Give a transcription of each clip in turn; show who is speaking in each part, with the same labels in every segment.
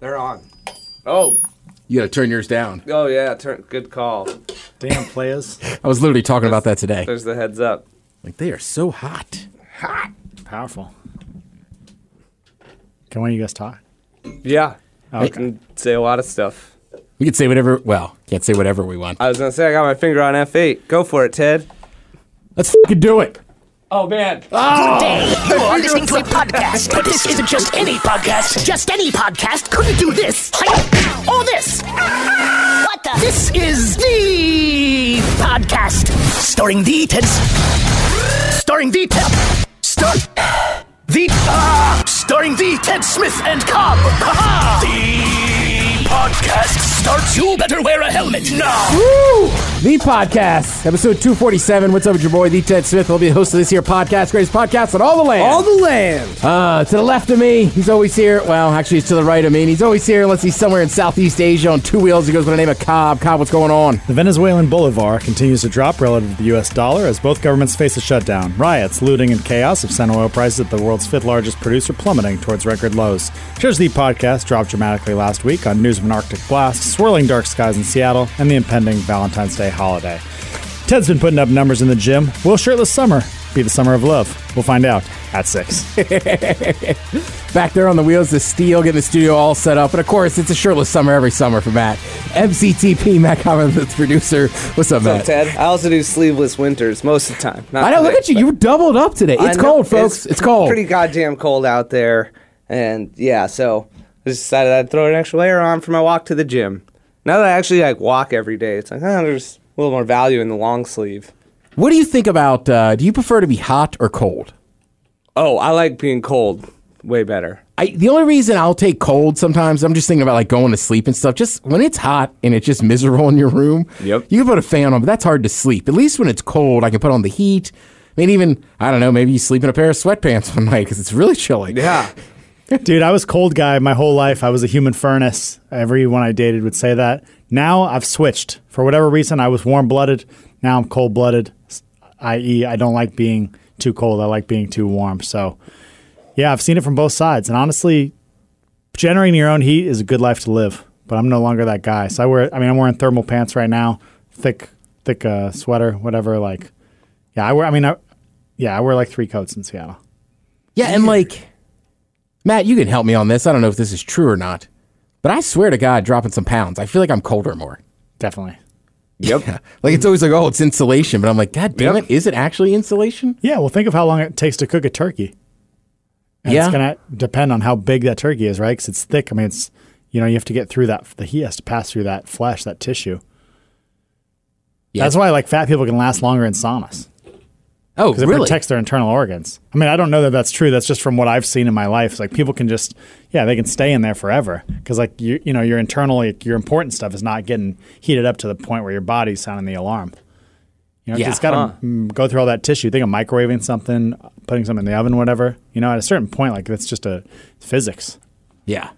Speaker 1: They're on.
Speaker 2: Oh,
Speaker 3: You got to turn yours down.
Speaker 2: oh yeah, turn, good call.
Speaker 4: Damn players.
Speaker 3: I was literally talking about that today.
Speaker 2: There's the heads up.
Speaker 3: Like they are so hot.
Speaker 4: Powerful. Can one of you guys talk?
Speaker 2: Yeah, I
Speaker 4: Okay.
Speaker 2: can say a lot of stuff.
Speaker 3: We could say whatever. Well, can't say whatever we want.
Speaker 2: I was gonna say I got my finger on F8. Go for it, Ted.
Speaker 3: Let's fucking do it.
Speaker 2: Oh man.
Speaker 5: Day. You are listening to a podcast, but this isn't just any podcast. Just any podcast couldn't do this. Hi- Or this. What the? This is the podcast. Starring the Ted's. Starring the Ted. Star. The. ah, starring the Ted Smith and Cobb. Ha-ha. The podcast starts. You better wear a helmet now.
Speaker 3: Woo! The podcast, episode 247. What's up with your boy, the Ted Smith? I'll be the host of this here podcast, greatest podcast on all the land.
Speaker 1: All the land.
Speaker 3: Uh, to the left of me, he's always here. Well, actually, it's to the right of me, and he's always here unless he's somewhere in Southeast Asia on two wheels. He goes by the name of Cobb. Cobb, what's going on?
Speaker 4: The Venezuelan bolivar continues to drop relative to the US dollar as both governments face a shutdown. Riots, looting, and chaos have sent oil prices at the world's fifth largest producer plummeting towards record lows. Here's the podcast dropped dramatically last week on news of an Arctic blast, swirling dark skies in Seattle, and the impending Valentine's Day holiday. Ted's been putting up numbers in the gym. Will shirtless summer be the summer of love? We'll find out at six.
Speaker 3: Back there on the wheels of steel, getting the studio all set up. And of course, it's a shirtless summer every summer for Matt. MCTP, Matt Cobb, the producer. What's up,
Speaker 2: So
Speaker 3: Matt?
Speaker 2: Ted, I also do sleeveless winters most of the time. Not
Speaker 3: I know. Look
Speaker 2: today,
Speaker 3: at you.
Speaker 2: but-
Speaker 3: You were doubled up today.
Speaker 2: I
Speaker 3: It's
Speaker 2: know,
Speaker 3: cold, folks. It's, cold.
Speaker 2: Pretty goddamn cold out there, and yeah, so I just decided I'd throw an extra layer on for my walk to the gym. Now that I actually like walk every day, it's like oh, there's a little more value in the long sleeve.
Speaker 3: What do you think about? Uh, do you prefer to be hot or cold?
Speaker 2: Oh, I like being cold way better.
Speaker 3: I, the only reason I'll take cold sometimes, I'm just thinking about like going to sleep and stuff. Just when it's hot and it's just miserable in your room,
Speaker 2: Yep.
Speaker 3: you can put a fan on, but that's hard to sleep. At least when it's cold, I can put on the heat. I mean, even, I don't know, maybe you sleep in a pair of sweatpants one night because it's really chilly.
Speaker 2: Yeah,
Speaker 4: Dude, I was cold guy my whole life. I was a human furnace. Everyone I dated would say that. Now I've switched. For whatever reason, I was warm blooded. Now I'm cold blooded, i.e., I don't like being too cold. I like being too warm. So, yeah, I've seen it from both sides. And honestly, generating your own heat is a good life to live. But I'm no longer that guy. So I wear. I mean, I'm wearing thermal pants right now, thick, thick uh, sweater, whatever. Like, yeah, I wear. I mean, I, yeah, I wear like three coats in Seattle.
Speaker 3: Yeah, and like, Matt, you can help me on this. I don't know if this is true or not, but I swear to God, dropping some pounds, I feel like I'm colder more.
Speaker 4: Definitely.
Speaker 3: Yep. Like it's always like, oh, it's insulation, but I'm like, God damn
Speaker 2: Yep.
Speaker 3: it, is it actually insulation?
Speaker 4: Yeah, well, think of how long it takes to cook a turkey. And
Speaker 3: Yeah.
Speaker 4: It's going to depend on how big that turkey is, right? Because it's thick. I mean, it's, you know, you have to get through that. The heat has to pass through that flesh, that tissue.
Speaker 3: Yeah.
Speaker 4: That's why, like, fat people can last longer in saunas
Speaker 3: Oh,
Speaker 4: because it
Speaker 3: really?
Speaker 4: protects their internal organs. I mean, I don't know that that's true. That's just from what I've seen in my life. It's like, people can just, yeah, they can stay in there forever because, like, you, you know, your internal, like, your important stuff is not getting heated up to the point where your body's sounding the alarm. You know,
Speaker 3: Yeah.
Speaker 4: it's got to
Speaker 2: Huh.
Speaker 4: go through all that tissue. Think of microwaving something, putting something in the oven, whatever. You know, at a certain point, like that's just a physics.
Speaker 3: yeah.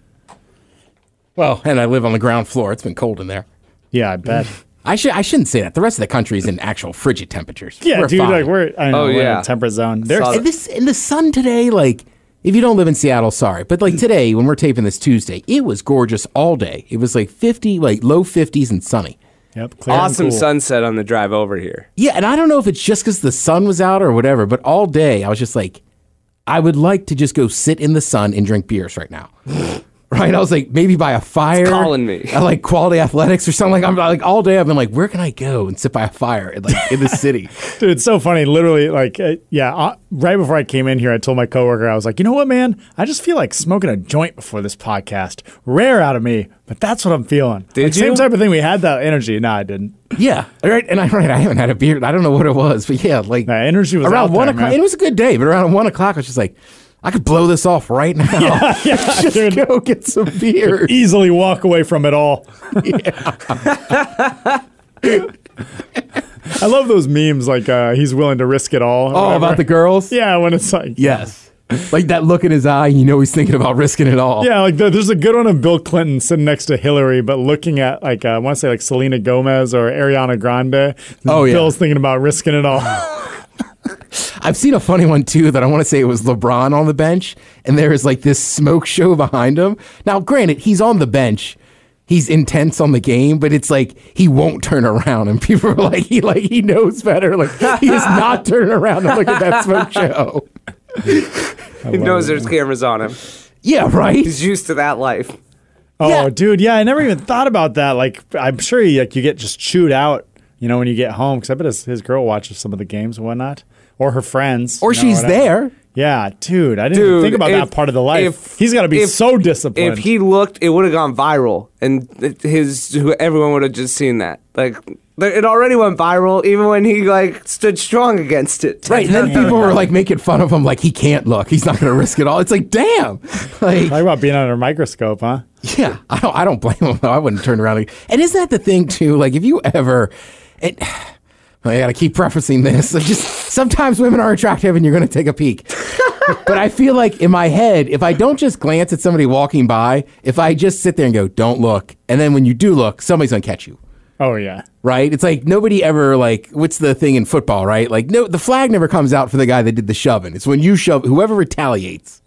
Speaker 3: Well, and I live on the ground floor. It's been cold in there.
Speaker 4: Yeah, I bet.
Speaker 3: I should I shouldn't say that. The rest of the country is in actual frigid temperatures.
Speaker 4: yeah,
Speaker 3: We're
Speaker 4: dude,
Speaker 3: fine.
Speaker 4: like we're I don't know,
Speaker 2: Oh,
Speaker 4: we're in
Speaker 2: yeah.
Speaker 4: a temperate zone. There's
Speaker 2: Saw
Speaker 3: And this in the sun today, like if you don't live in Seattle, sorry, but like today when we're taping this Tuesday, it was gorgeous all day. It was like fifty, like low fifties and sunny.
Speaker 4: yep, clear and
Speaker 2: awesome
Speaker 4: cool.
Speaker 2: sunset on the drive over here.
Speaker 3: Yeah, and I don't know if it's just because the sun was out or whatever, but all day I was just like, I would like to just go sit in the sun and drink beers right now. right? I was like, maybe by a fire.
Speaker 2: calling me.
Speaker 3: I like quality athletics or something. Like I'm like all day I've been like, where can I go and sit by a fire and like in the city?
Speaker 4: Dude, it's so funny. Literally, like, uh, yeah, uh, right before I came in here, I told my coworker, I was like, you know what, man? I just feel like smoking a joint before this podcast. Rare out of me, but that's what I'm feeling.
Speaker 2: Did
Speaker 4: Like, Same
Speaker 2: you?
Speaker 4: type of thing. We had that energy. No, I didn't.
Speaker 3: Yeah. All Right. And I right, I haven't had a beer. I don't know what it was, but yeah, like
Speaker 4: That energy was
Speaker 3: around
Speaker 4: out
Speaker 3: one
Speaker 4: there,
Speaker 3: o'clock.
Speaker 4: man.
Speaker 3: It was a good day, but around one o'clock I was just like, I could blow this off right now. just go get some beer.
Speaker 4: Easily walk away from it all. I love those memes. Like, uh, he's willing to risk it all. or
Speaker 3: Oh,
Speaker 4: whatever.
Speaker 3: about the girls?
Speaker 4: Yeah, when it's like,
Speaker 3: Yes. Like that look in his eye, you know he's thinking about risking it all.
Speaker 4: Yeah, like the, there's a good one of Bill Clinton sitting next to Hillary, but looking at like uh, I want to say like Selena Gomez or Ariana Grande.
Speaker 3: Oh, yeah.
Speaker 4: Bill's thinking about risking it all.
Speaker 3: I've seen a funny one too that I want to say it was LeBron on the bench, and there is like this smoke show behind him. Now, granted, he's on the bench. He's intense on the game, but it's like he won't turn around, and people are like, "He like he knows better." Like he is not turning around and look at that smoke show.
Speaker 2: He knows there's cameras on him.
Speaker 3: Yeah, right.
Speaker 2: He's used to that life.
Speaker 4: Oh,
Speaker 3: Yeah.
Speaker 4: dude, yeah, I never even thought about that. Like, I'm sure you, like you get just chewed out, you know, when you get home. Because I bet his, his girl watches some of the games and whatnot, or her friends,
Speaker 3: Or
Speaker 4: you know,
Speaker 3: she's
Speaker 4: whatever.
Speaker 3: there.
Speaker 4: Yeah, dude, I didn't even
Speaker 2: Dude,
Speaker 4: think about
Speaker 2: if-
Speaker 4: that part of the life.
Speaker 2: if-
Speaker 4: He's got to be
Speaker 2: if-
Speaker 4: so disciplined.
Speaker 2: If he looked, it would have gone viral, and th- his who- everyone would have just seen that. Like th- it already went viral, even when he like stood strong against it.
Speaker 3: Right, and then people were like making fun of him, like he can't look. He's not going to risk it all. It's like, damn, like
Speaker 4: Talk about being under a microscope, huh?
Speaker 3: Yeah, I don't. I don't blame him though. I wouldn't turn around. And, and isn't that the thing too? Like if you ever, it, I gotta keep prefacing this. Like just sometimes women are attractive, and you're gonna take a peek. but I feel like in my head, if I don't just glance at somebody walking by, if I just sit there and go, "Don't look," and then when you do look, somebody's gonna catch you.
Speaker 4: Oh yeah,
Speaker 3: Right? It's like nobody ever like what's the thing in football, right? Like no, the flag never comes out for the guy that did the shoving. It's when you shove, whoever retaliates.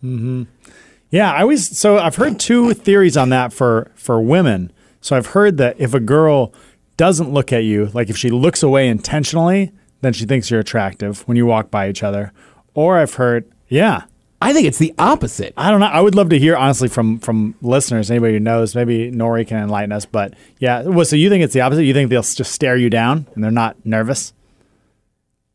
Speaker 4: yeah. I always so I've heard two theories on that for for women. So I've heard that if a girl doesn't look at you, like if she looks away intentionally, then she thinks you're attractive when you walk by each other. Or I've heard, yeah,
Speaker 3: I think it's the opposite.
Speaker 4: I don't know. I would love to hear honestly from from listeners, anybody who knows. Maybe Nori can enlighten us. But yeah, well, so you think it's the opposite? You think they'll s- just stare you down and they're not nervous?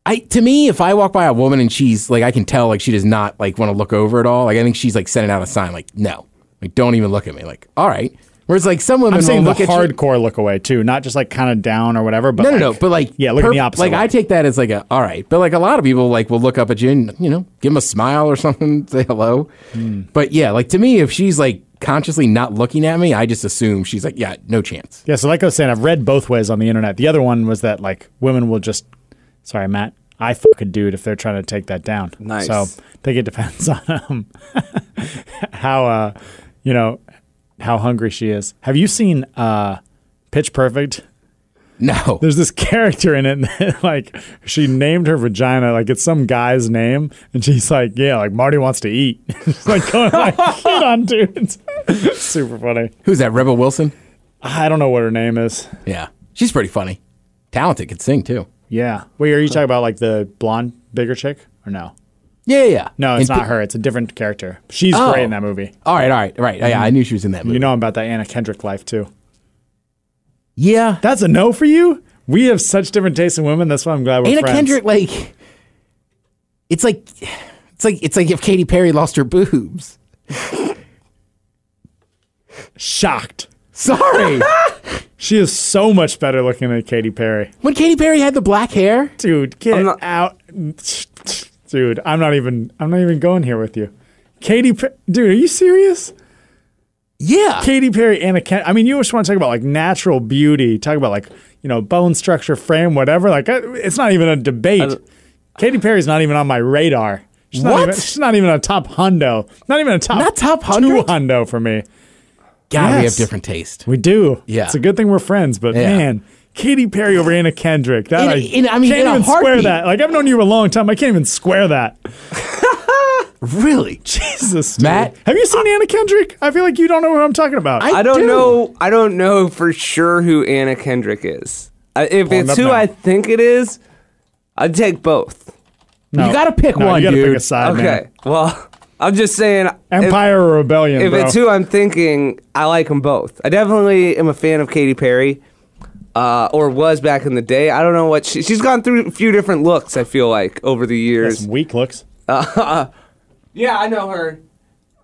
Speaker 3: I to me, if I walk by a woman and she's like, I can tell like she does not like want to look over at all. Like I think she's like sending out a sign like, no, like don't even look at me. Like all right. Whereas like some women
Speaker 4: I'm
Speaker 3: will
Speaker 4: saying the
Speaker 3: look at you-
Speaker 4: hardcore look away too, not just like kind of down or whatever. But
Speaker 3: No, no,
Speaker 4: like,
Speaker 3: no. But like,
Speaker 4: yeah, look at the
Speaker 3: perp-
Speaker 4: opposite.
Speaker 3: Like
Speaker 4: way.
Speaker 3: I take that as like a all right. But like a lot of people like will look up at you and you know give them a smile or something, say hello.
Speaker 4: Hmm.
Speaker 3: But yeah, like to me, if she's like consciously not looking at me, I just assume she's like, yeah, no chance.
Speaker 4: yeah. So like I was saying, I've read both ways on the internet. The other one was that like women will just, sorry, Matt, I fuck a dude if they're trying to take that down.
Speaker 2: Nice.
Speaker 4: So I think it depends on um, how uh, you know, how hungry she is. Have you seen uh, Pitch Perfect?
Speaker 3: No.
Speaker 4: there's this character in it that like she named her vagina like it's some guy's name and she's like yeah like marty wants to eat she's like going like hit on dudes super funny
Speaker 3: Who's that? Rebel Wilson.
Speaker 4: i don't know what her name is
Speaker 3: Yeah, she's pretty funny, talented, could sing too.
Speaker 4: yeah wait are you talking about like the blonde bigger chick or no
Speaker 3: Yeah, yeah.
Speaker 4: no it's
Speaker 3: And
Speaker 4: not her it's a different character she's
Speaker 3: Oh.
Speaker 4: great in that movie
Speaker 3: All right, all right, right. Yeah, I knew she was in that movie.
Speaker 4: you know about that anna kendrick life too
Speaker 3: yeah,
Speaker 4: that's a no for you we have such different tastes in women that's why i'm glad we're
Speaker 3: Anna
Speaker 4: friends
Speaker 3: Kendrick, like, it's like, it's like, it's like if Katy Perry lost her boobs.
Speaker 4: shocked
Speaker 3: Sorry,
Speaker 4: she is so much better looking than Katy Perry
Speaker 3: when Katy Perry had the black hair,
Speaker 4: dude get
Speaker 2: not-
Speaker 4: out dude i'm not even i'm not even going here with you katie dude are you serious
Speaker 3: yeah,
Speaker 4: katie perry anna Ken- i mean you just want to talk about like natural beauty talk about like you know bone structure frame whatever like uh, it's not even a debate katie perry's not even on my radar she's not
Speaker 3: What?
Speaker 4: even she's not even a top hundo not even a top
Speaker 3: Not top
Speaker 4: two
Speaker 3: 100?
Speaker 4: hundo for me
Speaker 3: God, we have
Speaker 4: Yes.
Speaker 3: different taste.
Speaker 4: we do
Speaker 3: Yeah.
Speaker 4: it's a good thing we're friends but
Speaker 3: Yeah.
Speaker 4: man Katy Perry over Anna Kendrick. That
Speaker 3: In-
Speaker 4: I,
Speaker 3: in- I mean,
Speaker 4: can't
Speaker 3: in a
Speaker 4: even square
Speaker 3: heartbeat.
Speaker 4: that. Like I've known you a long time. I can't even square that.
Speaker 3: Really,
Speaker 4: Jesus,
Speaker 3: Matt?
Speaker 4: dude. Have you seen Anna Kendrick? I feel like you don't know who I'm talking about.
Speaker 3: I-
Speaker 2: I don't
Speaker 3: do.
Speaker 2: know. I don't know for sure who Anna Kendrick is. I, if
Speaker 4: Pulling
Speaker 2: it's
Speaker 4: up
Speaker 2: who
Speaker 4: now.
Speaker 2: I think it is, I'd take both.
Speaker 4: No.
Speaker 3: you got to pick
Speaker 4: No,
Speaker 3: one,
Speaker 4: you gotta
Speaker 3: dude.
Speaker 4: pick a side,
Speaker 2: Okay.
Speaker 4: man.
Speaker 2: Well, I'm just saying. if-
Speaker 4: Empire or Rebellion,
Speaker 2: If,
Speaker 4: bro.
Speaker 2: it's who I'm thinking, I like them both. I definitely am a fan of Katy Perry, uh, or was back in the day. I don't know what she, she's gone through. A few different looks. I feel like over the
Speaker 4: Got
Speaker 2: years.
Speaker 4: some weak looks.
Speaker 2: Yeah, I know her.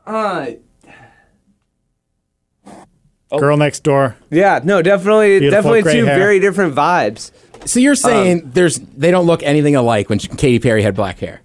Speaker 2: Uh,
Speaker 4: Girl next door.
Speaker 2: yeah, no, definitely,
Speaker 4: Beautiful
Speaker 2: definitely
Speaker 4: gray
Speaker 2: two
Speaker 4: hair.
Speaker 2: very different vibes.
Speaker 3: So
Speaker 4: Um,
Speaker 3: you're saying there's they don't look anything alike when she, Katy Perry had black hair.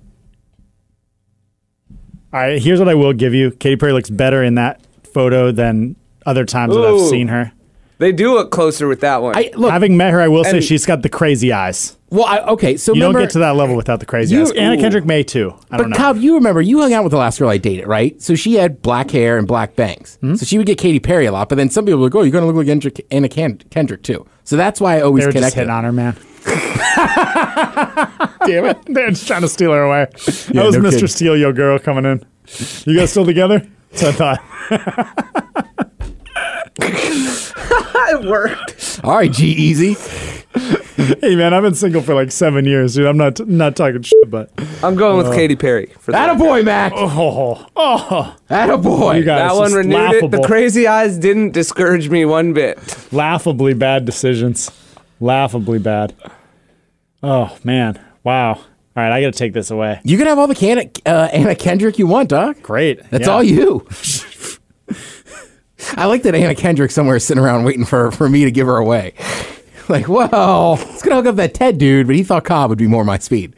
Speaker 4: All right, here's what I will give you. Katy Perry looks better in that photo than other times that I've
Speaker 2: Ooh.
Speaker 4: seen her.
Speaker 2: They do look closer with that one.
Speaker 3: I look.
Speaker 4: Having met her, I will say
Speaker 2: And-
Speaker 4: she's got the crazy eyes.
Speaker 3: well, I, okay. So
Speaker 4: You
Speaker 3: remember,
Speaker 4: don't get to that level without the crazy
Speaker 3: You-
Speaker 4: eyes. Anna
Speaker 3: ooh.
Speaker 4: Kendrick may too. I
Speaker 3: But
Speaker 4: don't know.
Speaker 3: Cobb, you remember you hung out with the last girl I dated, right? So she had black hair and black bangs.
Speaker 4: Hmm?
Speaker 3: So she would get Katy Perry a lot. But then some people were like, "Oh, you're gonna look like Andra- Anna Kend- Kendrick too." So that's why I always
Speaker 4: they were just
Speaker 3: connected.
Speaker 4: hitting on her, man. Damn it. They're just trying to steal her away.
Speaker 3: Yeah,
Speaker 4: that was
Speaker 3: no
Speaker 4: Mr.
Speaker 3: kidding.
Speaker 4: Steal Your Girl coming in. You guys still together? So I thought.
Speaker 2: it worked.
Speaker 3: All right, G Easy.
Speaker 4: Hey, man, I've been single for like seven years, dude. I'm not not talking shit, but.
Speaker 2: I'm going
Speaker 4: Uh,
Speaker 2: with Katy Perry for that.
Speaker 3: Attaboy, Mac.
Speaker 4: Oh, oh.
Speaker 3: Attaboy.
Speaker 4: You guys,
Speaker 2: That one
Speaker 4: just
Speaker 2: renewed it.
Speaker 4: laughable.
Speaker 2: The crazy eyes didn't discourage me one bit.
Speaker 4: laughably bad decisions. Laughably bad. Oh, man. Wow. All right, I got to take this away.
Speaker 3: You can have all the can- uh, Anna Kendrick you want, Doc.
Speaker 4: Great.
Speaker 3: That's
Speaker 4: Yeah.
Speaker 3: all you. I like that Anna Kendrick somewhere is sitting around waiting for, for me to give her away. Like, whoa, it's gonna hook up that Ted dude, but he thought Cobb would be more my speed.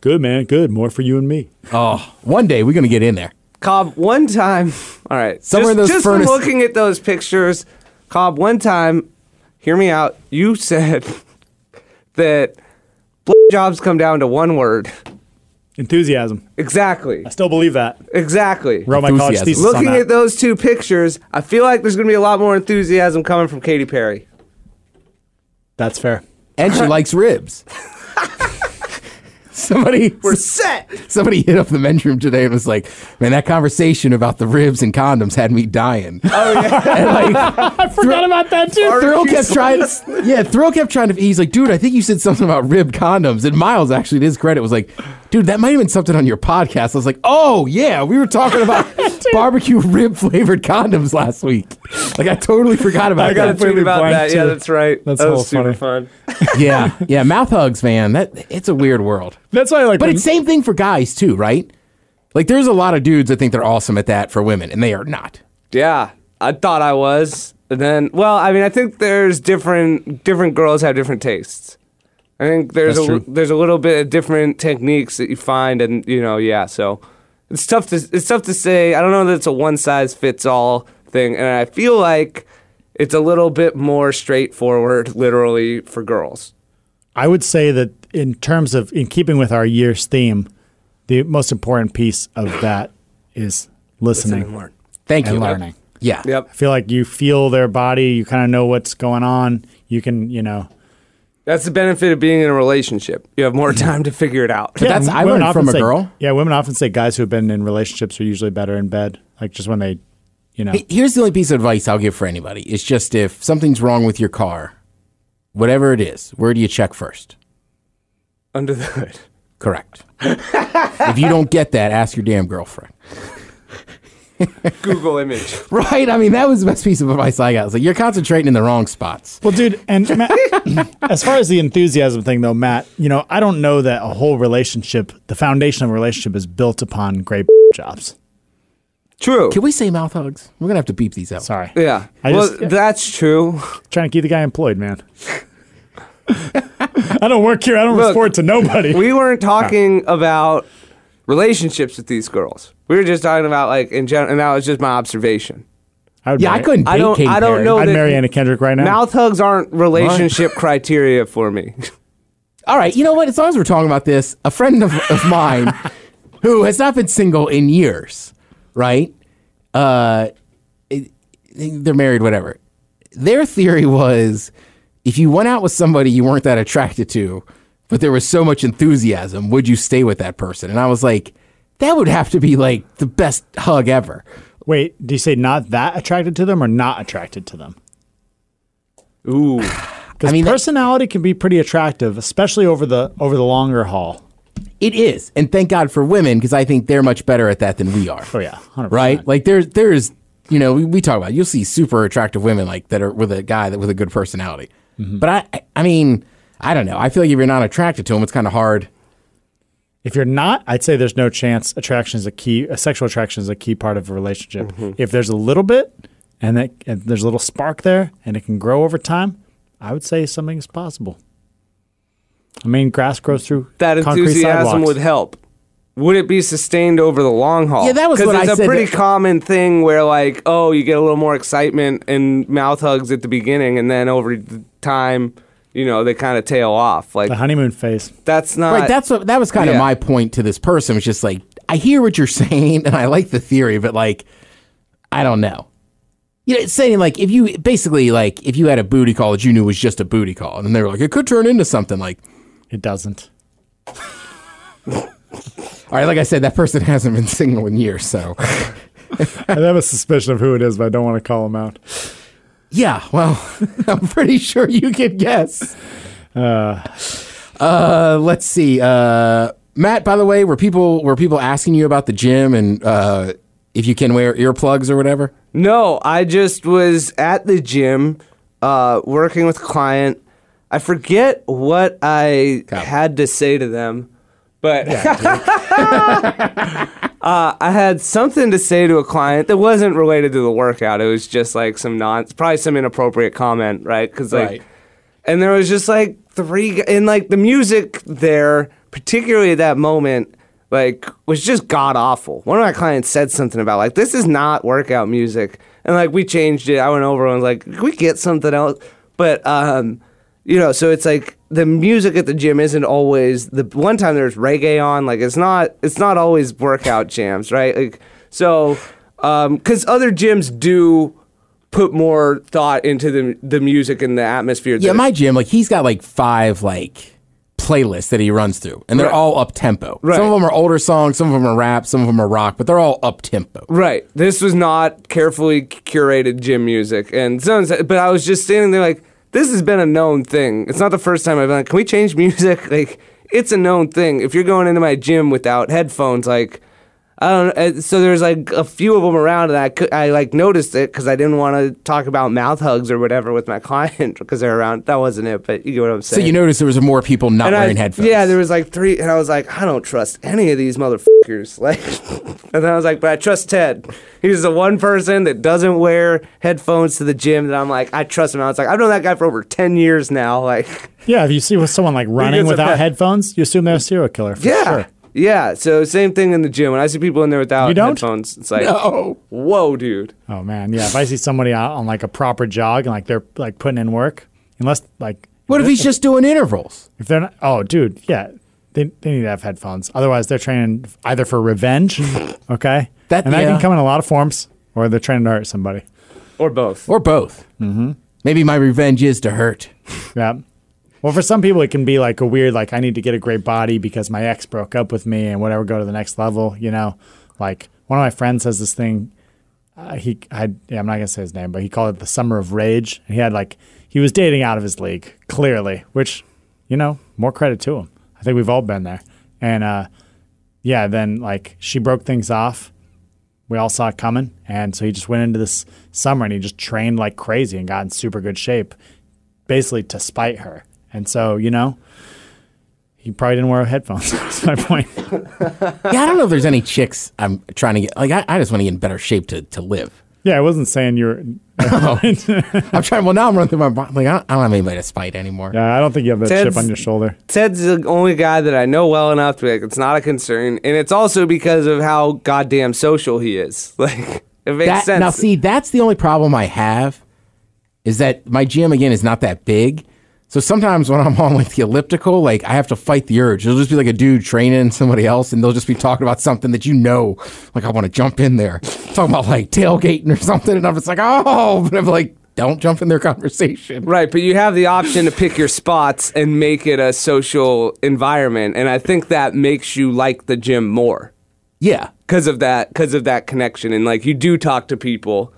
Speaker 4: Good, man. Good. More for you and me.
Speaker 3: Oh, one day we're gonna get in there.
Speaker 2: Cobb, one time. All right. just,
Speaker 3: Somewhere in those
Speaker 2: just from
Speaker 3: furnace-
Speaker 2: looking at those pictures, Cobb, one time, hear me out. You said that jobs come down to one word.
Speaker 4: Enthusiasm.
Speaker 2: Exactly.
Speaker 4: I still believe that.
Speaker 2: Exactly.
Speaker 4: Wrote my college
Speaker 3: Enthusiasm.
Speaker 4: thesis on
Speaker 2: Looking
Speaker 4: that.
Speaker 2: at those two pictures, I feel like there's going to be a lot more enthusiasm coming from Katy Perry.
Speaker 4: That's fair.
Speaker 3: And she likes ribs. somebody
Speaker 2: We're set.
Speaker 3: somebody hit up the men's room today and was like, Man, that conversation about the ribs and condoms had me dying. Oh yeah. and like
Speaker 4: I forgot about that too.
Speaker 3: Thrill
Speaker 2: Barbecue
Speaker 3: kept trying.
Speaker 2: sauce.
Speaker 3: Yeah, Thrill kept trying to. He's like, dude, I think you said something about rib condoms. And Miles actually, to his credit, was like, dude, that might have been something on your podcast. I was like, oh yeah, we were talking about barbecue rib flavored condoms last week. Like I totally forgot about
Speaker 4: I gotta
Speaker 2: I
Speaker 3: that.
Speaker 2: tweeted
Speaker 4: Completely
Speaker 2: about
Speaker 4: blank,
Speaker 2: that. Yeah,
Speaker 4: too.
Speaker 2: that's right.
Speaker 4: That's
Speaker 2: that
Speaker 4: hella
Speaker 2: was super fun.
Speaker 3: yeah, yeah, mouth hugs, man. That it's a weird world.
Speaker 4: That's why I like.
Speaker 3: But
Speaker 4: when-
Speaker 3: it's same thing for guys too, right? Like there's a lot of dudes that think they're awesome at that for women, and they are not.
Speaker 2: Yeah, I thought I was. And then, well, I mean, I think there's different different girls have different tastes. I think there's
Speaker 3: That's
Speaker 2: a
Speaker 3: true.
Speaker 2: there's a little bit of different techniques that you find, and you know, yeah. So it's tough to it's tough to say. I don't know that it's a one size fits all thing, and I feel like it's a little bit more straightforward, literally, for girls.
Speaker 4: I would say that in terms of in keeping with our year's theme, the most important piece of that is listening.
Speaker 3: Thank
Speaker 4: And
Speaker 3: you.
Speaker 4: learning.
Speaker 3: Yeah.
Speaker 2: Yep.
Speaker 4: I feel like you feel their body. You kind of know what's going on. You can, you know,
Speaker 2: That's the benefit of being in a relationship. You have more time to figure it out.
Speaker 4: Yeah,
Speaker 3: that's- I
Speaker 4: women
Speaker 3: learned
Speaker 4: often
Speaker 3: from a
Speaker 4: say-
Speaker 3: girl.
Speaker 4: Yeah, women often say guys who have been in relationships are usually better in bed, like just when they, you know.
Speaker 3: Hey, Here's the only piece of advice I'll give for anybody. It's just if something's wrong with your car, whatever it is, where do you check first?
Speaker 2: Under the hood.
Speaker 3: Correct. if you don't get that, ask your damn girlfriend.
Speaker 2: Google image.
Speaker 3: Right? I mean, that was the best piece of advice I got. It's like you're concentrating in the wrong spots.
Speaker 4: Well, dude, and Matt, as far as the enthusiasm thing, though, Matt, you know, I don't know that a whole relationship, the foundation of a relationship, is built upon great jobs.
Speaker 2: True.
Speaker 3: Can we say mouth hugs? We're gonna have to beep these out.
Speaker 4: Sorry.
Speaker 2: Yeah.
Speaker 4: I
Speaker 2: well,
Speaker 4: just-
Speaker 2: that's true.
Speaker 4: trying to keep the guy employed, man. I don't work here. I don't
Speaker 2: Look,
Speaker 4: report to nobody.
Speaker 2: We weren't talking about relationships with these girls. We were just talking about like in general, and that was just my observation.
Speaker 4: I would
Speaker 3: Yeah, I
Speaker 4: marry-
Speaker 3: couldn't.
Speaker 2: I
Speaker 3: date
Speaker 2: don't-
Speaker 3: Katy
Speaker 2: I don't
Speaker 3: Perry.
Speaker 2: know
Speaker 4: I'd
Speaker 2: that-
Speaker 4: marry Anna Kendrick right now.
Speaker 2: Mouth hugs aren't relationship criteria for me.
Speaker 3: All right, you know what? As long as we're talking about this, a friend of, of mine who has not been single in years, right? Uh, it- they're married, whatever. Their theory was if you went out with somebody you weren't that attracted to, but there was so much enthusiasm, would you stay with that person? And I was like, that would have to be like the best hug ever.
Speaker 4: Wait, do you say not that attracted to them or not attracted to them?
Speaker 2: Ooh.
Speaker 4: Because
Speaker 3: mean, that-
Speaker 4: personality can be pretty attractive, especially over the over the longer haul.
Speaker 3: It is. And thank God for women because I think they're much better at that than we are.
Speaker 4: Oh yeah, 100%.
Speaker 3: right? Like there's there's you know we, we talk about it. you'll see super attractive women like that are with a guy that with a good personality. But I- I I mean I don't know. I feel like if you're not attracted to him, it's kind of hard.
Speaker 4: If you're not, I'd say there's no chance. Attraction is a key. uh, sexual attraction is a key part of a relationship.
Speaker 2: Mm-hmm.
Speaker 4: If there's a little bit, and, that, and there's a little spark there, and it can grow over time, I would say something is possible. I mean, grass grows through
Speaker 2: That
Speaker 4: concrete
Speaker 2: enthusiasm
Speaker 4: sidewalks.
Speaker 2: would help. Would it be sustained over the long haul?
Speaker 3: Yeah, that was what
Speaker 2: it's
Speaker 3: I
Speaker 2: a
Speaker 3: said
Speaker 2: pretty
Speaker 3: that-
Speaker 2: common thing where like, oh, you get a little more excitement and mouth hugs at the beginning, and then over the time, you know, they kind of tail off. Like
Speaker 4: the honeymoon phase.
Speaker 2: that's not
Speaker 3: Right? That's what that was kind of
Speaker 2: yeah.
Speaker 3: my point to this person. It's just like I hear what you're saying and I like the theory, but like I don't know. you know, saying like if you basically like if you had a booty call that you knew was just a booty call, and then they were like, it could turn into something like,
Speaker 4: It doesn't.
Speaker 3: all right, like I said, that person hasn't been single in years, so
Speaker 4: I have a suspicion of who it is, but I don't want to call him out.
Speaker 3: yeah, well, I'm pretty sure you can guess. Uh, let's see, uh, Matt. By the way, were people were people asking you about the gym and uh, if you can wear earplugs or whatever?
Speaker 2: No, I just was at the gym uh, working with a client. I forget what I
Speaker 3: Copy.
Speaker 2: had to say to them, but uh, I had something to say to a client that wasn't related to the workout. It was just like some non, probably some inappropriate comment, right? Because like,
Speaker 3: Right.
Speaker 2: and there was just like three, g- and like the music there, particularly at that moment, like was just god awful. One of my clients said something about like this is not workout music, and like we changed it. I went over and was like, "Can we get something else, but um, you know, so it's like the music at the gym isn't always the one time there's reggae on. Like it's not it's not always workout jams, right? Like so, um, because other gyms do put more thought into the the music and the atmosphere.
Speaker 3: Yeah,
Speaker 2: that-
Speaker 3: my gym, like he's got like five like playlists that he runs through, and they're
Speaker 2: Right.
Speaker 3: all up tempo.
Speaker 2: Right.
Speaker 3: Some of them are older songs, some of them are rap, some of them are rock, but they're all up tempo.
Speaker 2: Right. This was not carefully curated gym music, and so but I was just standing there like, this has been a known thing. It's not the first time I've been like, can we change music? Like, it's a known thing. If you're going into my gym without headphones, like, I don't. uh, So there's like a few of them around, and I cou- I like noticed it because I didn't want to talk about mouth hugs or whatever with my client because they're around. That wasn't it, but you get what I'm
Speaker 3: So
Speaker 2: saying.
Speaker 3: you notice there was more people not
Speaker 2: And I-
Speaker 3: wearing headphones.
Speaker 2: Yeah, there was like three, and I was like, I don't trust any of these motherfuckers. Like, and then I was like, but I trust Ted. He's the one person that doesn't wear headphones to the gym. That I'm like, I trust him. I was like, I've known that guy for over ten years now. Like,
Speaker 4: Yeah, if you see someone like running
Speaker 2: gets a
Speaker 4: without
Speaker 2: pet.
Speaker 4: headphones, you assume they're a serial killer. For
Speaker 2: yeah,
Speaker 4: Sure.
Speaker 2: yeah. So same thing in the gym. When I see people in there without
Speaker 4: You don't?
Speaker 2: headphones, it's like,
Speaker 3: No.
Speaker 2: whoa, dude.
Speaker 4: Oh man, yeah. If I see somebody out on like a proper jog and like they're like putting in work, unless like
Speaker 3: What if he's just doing intervals?
Speaker 4: if they're not, oh dude, yeah, they, they need to have headphones. Otherwise, they're training either for revenge, okay,
Speaker 3: That-
Speaker 4: and that
Speaker 3: yeah.
Speaker 4: can come in a lot of forms, or they're training to hurt somebody.
Speaker 2: Or both.
Speaker 3: Or both. Mm-hmm. Maybe my revenge is to hurt.
Speaker 4: Yeah. Well, for some people, it can be like a weird, like I need to get a great body because my ex broke up with me and whatever, go to the next level. You know, like one of my friends has this thing. Uh, he, I, yeah, I'm not gonna say his name, but he called it the summer of rage. And he had like he was dating out of his league, clearly, which, you know, more credit to him. I think we've all been there. And uh, yeah, then like she broke things off. We all saw it coming, and so he just went into this summer and he just trained like crazy and got in super good shape basically to spite her. And so, you know, he probably didn't wear headphones. That's my point.
Speaker 3: yeah, I don't know if there's any chicks I'm trying to get. Like, I, I just want to get in better shape to, to live.
Speaker 4: Yeah, I wasn't saying you were.
Speaker 3: I'm trying. Well, now I'm running through my body. Like, I don't, I don't have anybody to spite anymore.
Speaker 4: Yeah, I don't think you have that
Speaker 2: Ted's-
Speaker 4: chip on your shoulder.
Speaker 2: Ted's the only guy that I know well enough to be like, it's not a concern, and it's also because of how goddamn social he is. Like, it makes
Speaker 3: That-
Speaker 2: sense.
Speaker 3: Now, see, that's the only problem I have is that my gym again is not that big. So sometimes when I'm on like the elliptical, like I have to fight the urge. It'll just be like a dude training somebody else, and they'll just be talking about something that you know, like I want to jump in there, talking about like tailgating or something, and I'm just like, oh, but I'm like, don't jump in their conversation.
Speaker 2: Right, but you have the option to pick your spots and make it a social environment, and I think that makes you like the gym more
Speaker 3: Yeah,
Speaker 2: because of that because of that connection and like you do talk to people.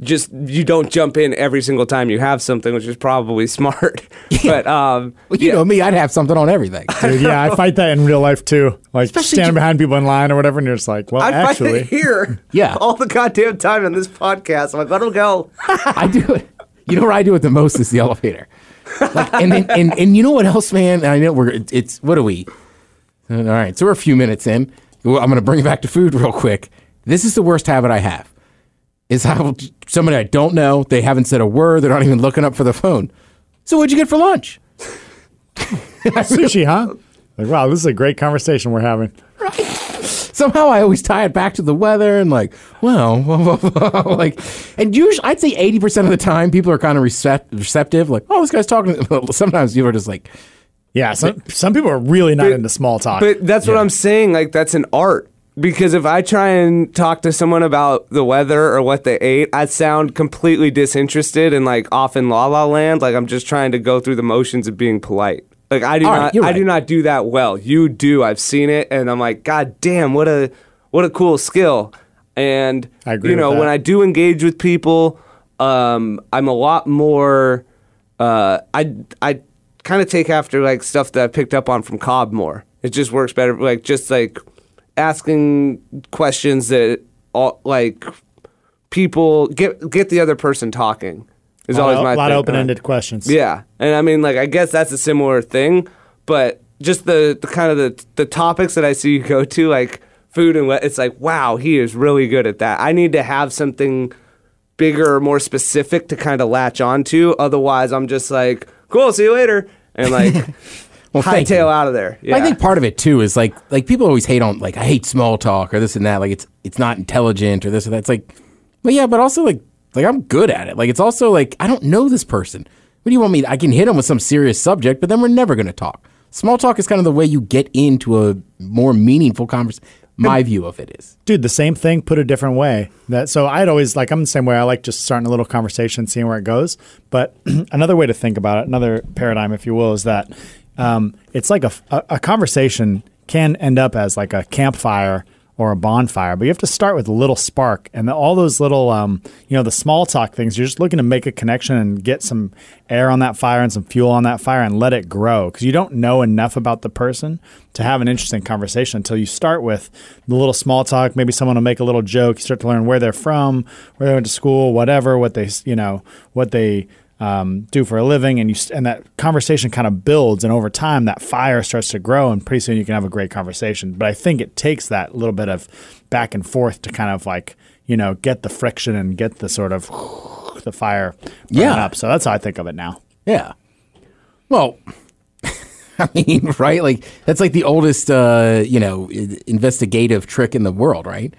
Speaker 2: Just you don't jump in every single time you have something, which is probably smart. But um,
Speaker 3: well, you know me, I'd have something on everything.
Speaker 4: Dude, yeah, I fight that in real life too. Like
Speaker 3: Especially
Speaker 4: standing
Speaker 3: you-
Speaker 4: behind people in line or whatever, and you're just like, well,
Speaker 2: I
Speaker 4: actually.
Speaker 2: find it here,
Speaker 3: Yeah.
Speaker 2: all the goddamn time on this podcast. I'm like, let him go.
Speaker 3: I do it. You know where I do it the most is the elevator. Like, and then and, and you know what else, man? And I know we're it- it's what are we? All right, so we're a few minutes in. Well, I'm gonna bring it back to food real quick. This is the worst habit I have. Is I will somebody I don't know. They haven't said a word. They're not even looking up for the phone. So what'd you get for lunch?
Speaker 4: Sushi, huh? Like, wow, this is a great conversation we're having.
Speaker 3: somehow I always tie it back to the weather and like, well, like, and usually I'd say eighty percent of the time people are kind of recept- receptive, like, oh, this guy's talking. Sometimes people are just like,
Speaker 4: Yeah, some, some people are really not into small talk.
Speaker 2: But that's what I'm saying. Like that's an art. because if I try and talk to someone about the weather or what they ate, I sound completely disinterested and like off in la la land. Like I'm just trying to go through the motions of being polite. Like I do
Speaker 3: All right,
Speaker 2: not,
Speaker 3: you're
Speaker 2: I do
Speaker 3: right.
Speaker 2: not do that well. You do. I've seen it, and I'm like, God damn, what a what a cool skill. And
Speaker 4: I agree
Speaker 2: You
Speaker 4: with
Speaker 2: know,
Speaker 4: that.
Speaker 2: when I do engage with people, um, I'm a lot more. Uh, I I kind of take after like stuff that I picked up on from Cobb more. It just works better. Like just like asking questions that all like people get get the other person talking is always
Speaker 4: a
Speaker 2: my
Speaker 4: lot
Speaker 2: thing. uh,
Speaker 4: of open ended questions.
Speaker 2: Yeah, and I mean, like, I guess that's a similar thing, but just the, the kind of the the topics that I see you go to, like food and what, it's like, wow, he is really good at that. I need to have something bigger or more specific to kind of latch onto. Otherwise, I'm just like, cool, see you later, and like
Speaker 3: Well, thank you.
Speaker 2: hightail out of there. Yeah.
Speaker 3: I think part of it too is like like people always hate on like I hate small talk or this and that like it's it's not intelligent or this or that. It's like, well yeah, but also like like I'm good at it. Like it's also like I don't know this person. What do you want me? To, I can hit them with some serious subject, but then we're never going to talk. Small talk is kind of the way you get into a more meaningful conversation. My view of it is.
Speaker 4: dude the same thing put a different way that so i'd always like i'm the same way i like just starting a little conversation seeing where it goes but another way to think about it another paradigm if you will is that um, it's like a, a, a conversation can end up as like a campfire or a bonfire but you have to start with a little spark and the, all those little um, you know the small talk things you're just looking to make a connection and get some air on that fire and some fuel on that fire and let it grow because you don't know enough about the person to have an interesting conversation until you start with the little small talk. Maybe someone will make a little joke. You start to learn where they're from, where they went to school, whatever, what they, you know, what they um, do for a living, and you s- and that conversation kind of builds, and over time that fire starts to grow, and pretty soon you can have a great conversation. But I think it takes that little bit of back and forth to kind of like you know get the friction and get the sort of the fire burning
Speaker 3: Yeah.
Speaker 4: up. So that's how I think of it now.
Speaker 3: Yeah. Well, I mean, right? Like that's like the oldest, uh, you know, i- investigative trick in the world, right?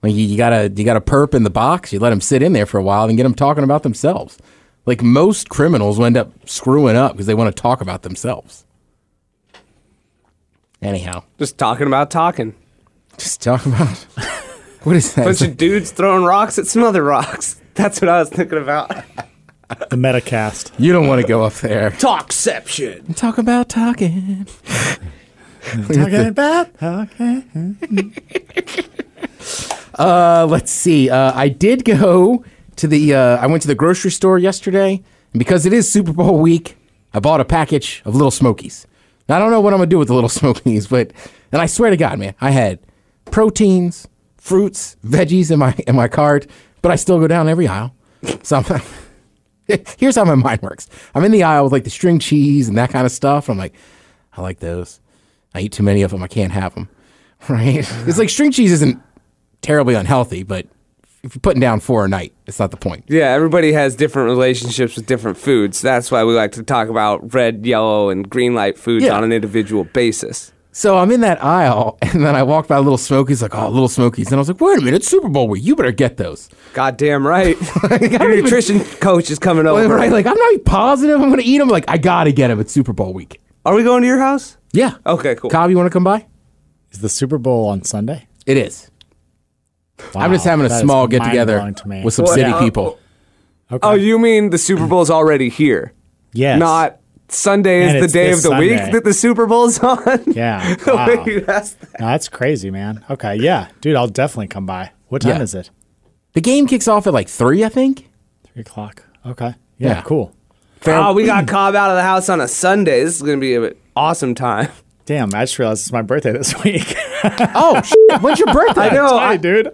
Speaker 3: Like you, you gotta you gotta perp in the box. You let them sit in there for a while and get them talking about themselves. Like most criminals will end up screwing up because they want to talk about themselves. Anyhow,
Speaker 2: just talking about talking.
Speaker 3: just talk about what is that?
Speaker 2: Bunch of dudes throwing rocks at some other rocks. That's what I was thinking about.
Speaker 4: The metacast.
Speaker 3: you don't want to go up there.
Speaker 2: Talkception.
Speaker 3: Talk about talking.
Speaker 4: Talking about okay.
Speaker 3: Uh, let's see. Uh, I did go to the. Uh, I went to the grocery store yesterday, and because it is Super Bowl week, I bought a package of Little Smokies. Now, I don't know what I'm gonna do with the Little Smokies, but and I swear to God, man, I had proteins, fruits, veggies in my in my cart, but I still go down every aisle. So I'm, here's how my mind works. I'm in the aisle with like the string cheese and that kind of stuff. And I'm like, I like those. I eat too many of them. I can't have them. Right? It's like string cheese isn't terribly unhealthy, but if you're putting down four a night, it's not the point.
Speaker 2: Yeah, everybody has different relationships with different foods. That's why we like to talk about red, yellow, and green light foods
Speaker 3: Yeah.
Speaker 2: on an individual basis.
Speaker 3: So I'm in that aisle, and then I walked by Little Smokies, like, oh, Little Smokies. And I was like, wait a minute, it's Super Bowl week. You better get those.
Speaker 2: Goddamn right. Your nutrition coach is coming
Speaker 4: Oh,
Speaker 2: over.
Speaker 3: Right? Like, I'm not even positive I'm going to eat them. Like, I got to get them. It's Super Bowl week.
Speaker 2: Are we going to your house?
Speaker 3: Yeah.
Speaker 2: Okay, cool.
Speaker 3: Cobb, you want to come by?
Speaker 4: Is the Super Bowl on Sunday?
Speaker 3: It is. I'm
Speaker 4: Wow,
Speaker 3: just having a
Speaker 4: that is
Speaker 3: small get together
Speaker 4: mind-blowing to me. uh,
Speaker 3: with some
Speaker 2: Well,
Speaker 3: city
Speaker 2: yeah.
Speaker 3: people.
Speaker 2: Oh, you mean the Super Bowl's already here?
Speaker 4: Mm. Yes.
Speaker 2: Not Sunday
Speaker 4: And
Speaker 2: is the
Speaker 4: it's
Speaker 2: day
Speaker 4: this
Speaker 2: of the
Speaker 4: Sunday.
Speaker 2: week that the Super Bowl's on?
Speaker 4: Yeah.
Speaker 2: The way
Speaker 4: Wow.
Speaker 2: you asked that.
Speaker 4: No, that's crazy, man. Okay, yeah, dude, I'll definitely come by. What time
Speaker 3: Yeah.
Speaker 4: is it?
Speaker 3: The game kicks off at like three, I think.
Speaker 4: Three o'clock. Okay. Yeah.
Speaker 3: Yeah.
Speaker 4: Cool.
Speaker 2: Oh, we got Cobb out of the house on a Sunday. This is going to be an awesome time.
Speaker 4: Damn, I just realized it's my birthday this week.
Speaker 3: Oh, shit. when's your birthday?
Speaker 2: I know.
Speaker 4: Hi,
Speaker 2: Oh, I,
Speaker 4: dude.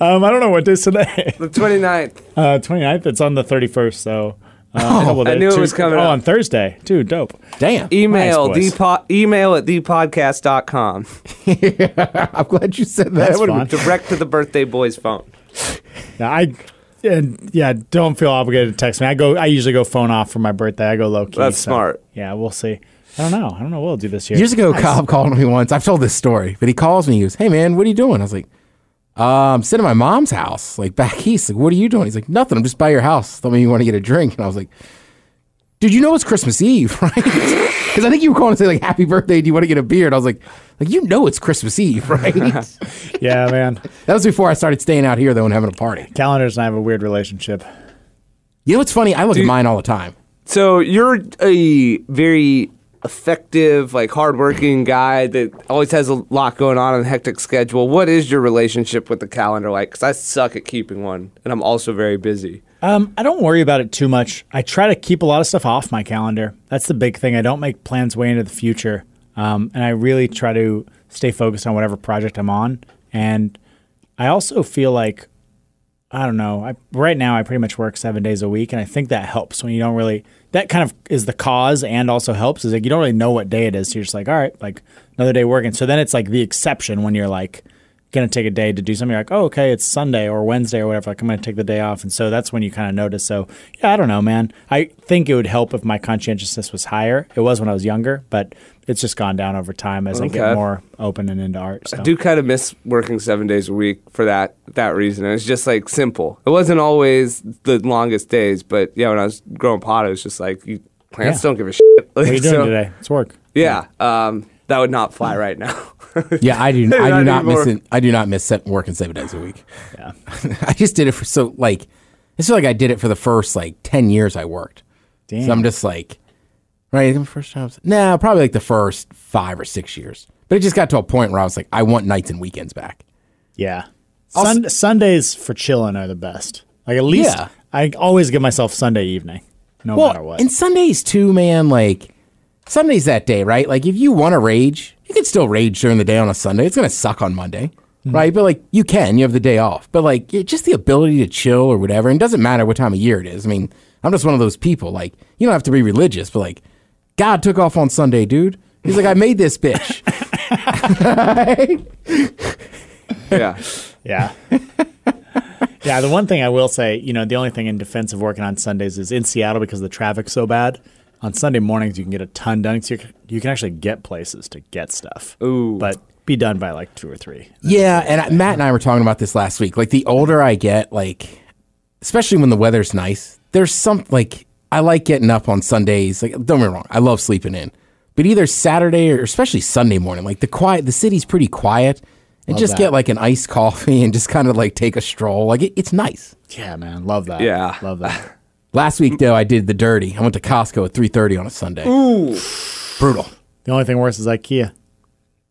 Speaker 4: Um, I don't know what day is today.
Speaker 2: the 29th.
Speaker 4: Uh, 29th. It's on the 31st. So. Uh, in a couple
Speaker 2: Oh, I
Speaker 4: days.
Speaker 2: knew it
Speaker 4: Two-
Speaker 2: was coming
Speaker 4: Oh,
Speaker 2: up.
Speaker 4: on Thursday. Dude, dope.
Speaker 3: Damn.
Speaker 2: Email,
Speaker 4: Nice voice.
Speaker 2: thepo- email at thepodcast.com.
Speaker 3: I'm glad you said that.
Speaker 4: That's
Speaker 3: What a-
Speaker 4: fun.
Speaker 2: Direct to the birthday boy's phone.
Speaker 4: Yeah, I and yeah, don't feel obligated to text me. I go. I usually go phone off for my birthday. I go low key.
Speaker 2: That's smart.
Speaker 4: Yeah, we'll see. I don't know. I don't know what we'll do this year.
Speaker 3: Years ago, Cobb called me once. I've told this story, but he calls me. He goes, "Hey man, what are you doing?" I was like, uh, "I'm sitting at my mom's house, like back east. Like, what are you doing?" He's like, "Nothing. I'm just by your house. Told me you want to get a drink." And I was like, "Dude, you know it's Christmas Eve, right?" Because I think you were calling to say like "Happy birthday." Do you want to get a beer? And I was like, like you know it's Christmas Eve, right? that
Speaker 4: Yeah, man.
Speaker 3: was before I started staying out here though and having a party.
Speaker 4: Calendars and I have a weird relationship.
Speaker 3: You know what's funny? I look at mine all the time.
Speaker 2: So you're a very effective, like hardworking guy that always has a lot going on and a hectic schedule. What is your relationship with the calendar like? Because I suck at keeping one, and I'm also very busy.
Speaker 4: Um, I don't worry about it too much. I try to keep a lot of stuff off my calendar. That's the big thing. I don't make plans way into the future, um, and I really try to stay focused on whatever project I'm on. And I also feel like I don't know. I, right now, I pretty much work seven days a week, and I think that helps when you don't really. That kind of is the cause, and also helps is like you don't really know what day it is. So you're just like, all right, like another day working. So then it's like the exception when you're like gonna take a day to do something. You're like, oh, okay, it's Sunday or Wednesday or whatever. Like I'm gonna take the day off, and so that's when you kind of notice. So yeah, I don't know, man. I think it would help if my conscientiousness was higher. It was when I was younger, but it's just gone down over time as I
Speaker 2: Okay.
Speaker 4: get more open and into art. So.
Speaker 2: I do kind of miss working seven days a week for that that reason. And it's just like simple. It wasn't always the longest days, but yeah, when I was growing pot, it was just like you plants
Speaker 4: Yeah.
Speaker 2: don't give a shit. Like,
Speaker 4: What are you doing
Speaker 2: so-
Speaker 4: today? It's work.
Speaker 2: Yeah, um, that would not fly right now.
Speaker 3: Yeah, I do. I
Speaker 2: Not
Speaker 3: do not miss
Speaker 2: anymore.
Speaker 3: it. I do not miss set- working seven days a week.
Speaker 4: Yeah.
Speaker 3: I just did it for so like it's like I did it for the first like ten years I worked.
Speaker 4: Damn.
Speaker 3: So I'm just like, right? The first jobs? No, probably like the first five or six years. But it just got to a point where I was like, I want nights and weekends back.
Speaker 4: Yeah. Sun- Sundays for chilling are the best. Like at least
Speaker 3: Yeah.
Speaker 4: I always give myself Sunday evening, no matter what.
Speaker 3: and Sundays too, man. Like Sundays that day, right? Like if you want to rage, you can still rage during the day on a Sunday. It's gonna suck on Monday,
Speaker 4: Mm-hmm.
Speaker 3: right? But like you can, you have the day off. But like it, just the ability to chill or whatever, and it doesn't matter what time of year it is. I mean, I'm just one of those people. Like you don't have to be religious, but like God took off on Sunday, dude. He's like, I made this bitch.
Speaker 2: yeah,
Speaker 4: Yeah. yeah. The one thing I will say, you know, the only thing in defense of working on Sundays is in Seattle because the traffic's so bad. On Sunday mornings, you can get a ton done. 'cause You c- you can actually get places to get stuff. Ooh. But be done by like two or three.
Speaker 3: Yeah, and I, Matt and I were talking about this last week. Like the older I get, like especially when the weather's nice, there's some like I like getting up on Sundays. Like don't get me wrong, I love sleeping in, but either Saturday or especially Sunday morning, like the quiet, the city's pretty quiet, and just get like an iced coffee and just kind of like take a stroll. Like it, it's nice.
Speaker 4: Yeah, man. Love that.
Speaker 2: Yeah.
Speaker 4: Love that.
Speaker 3: Last week though, I did the dirty. I went to Costco at three thirty on a Sunday. brutal.
Speaker 4: the only thing worse is IKEA.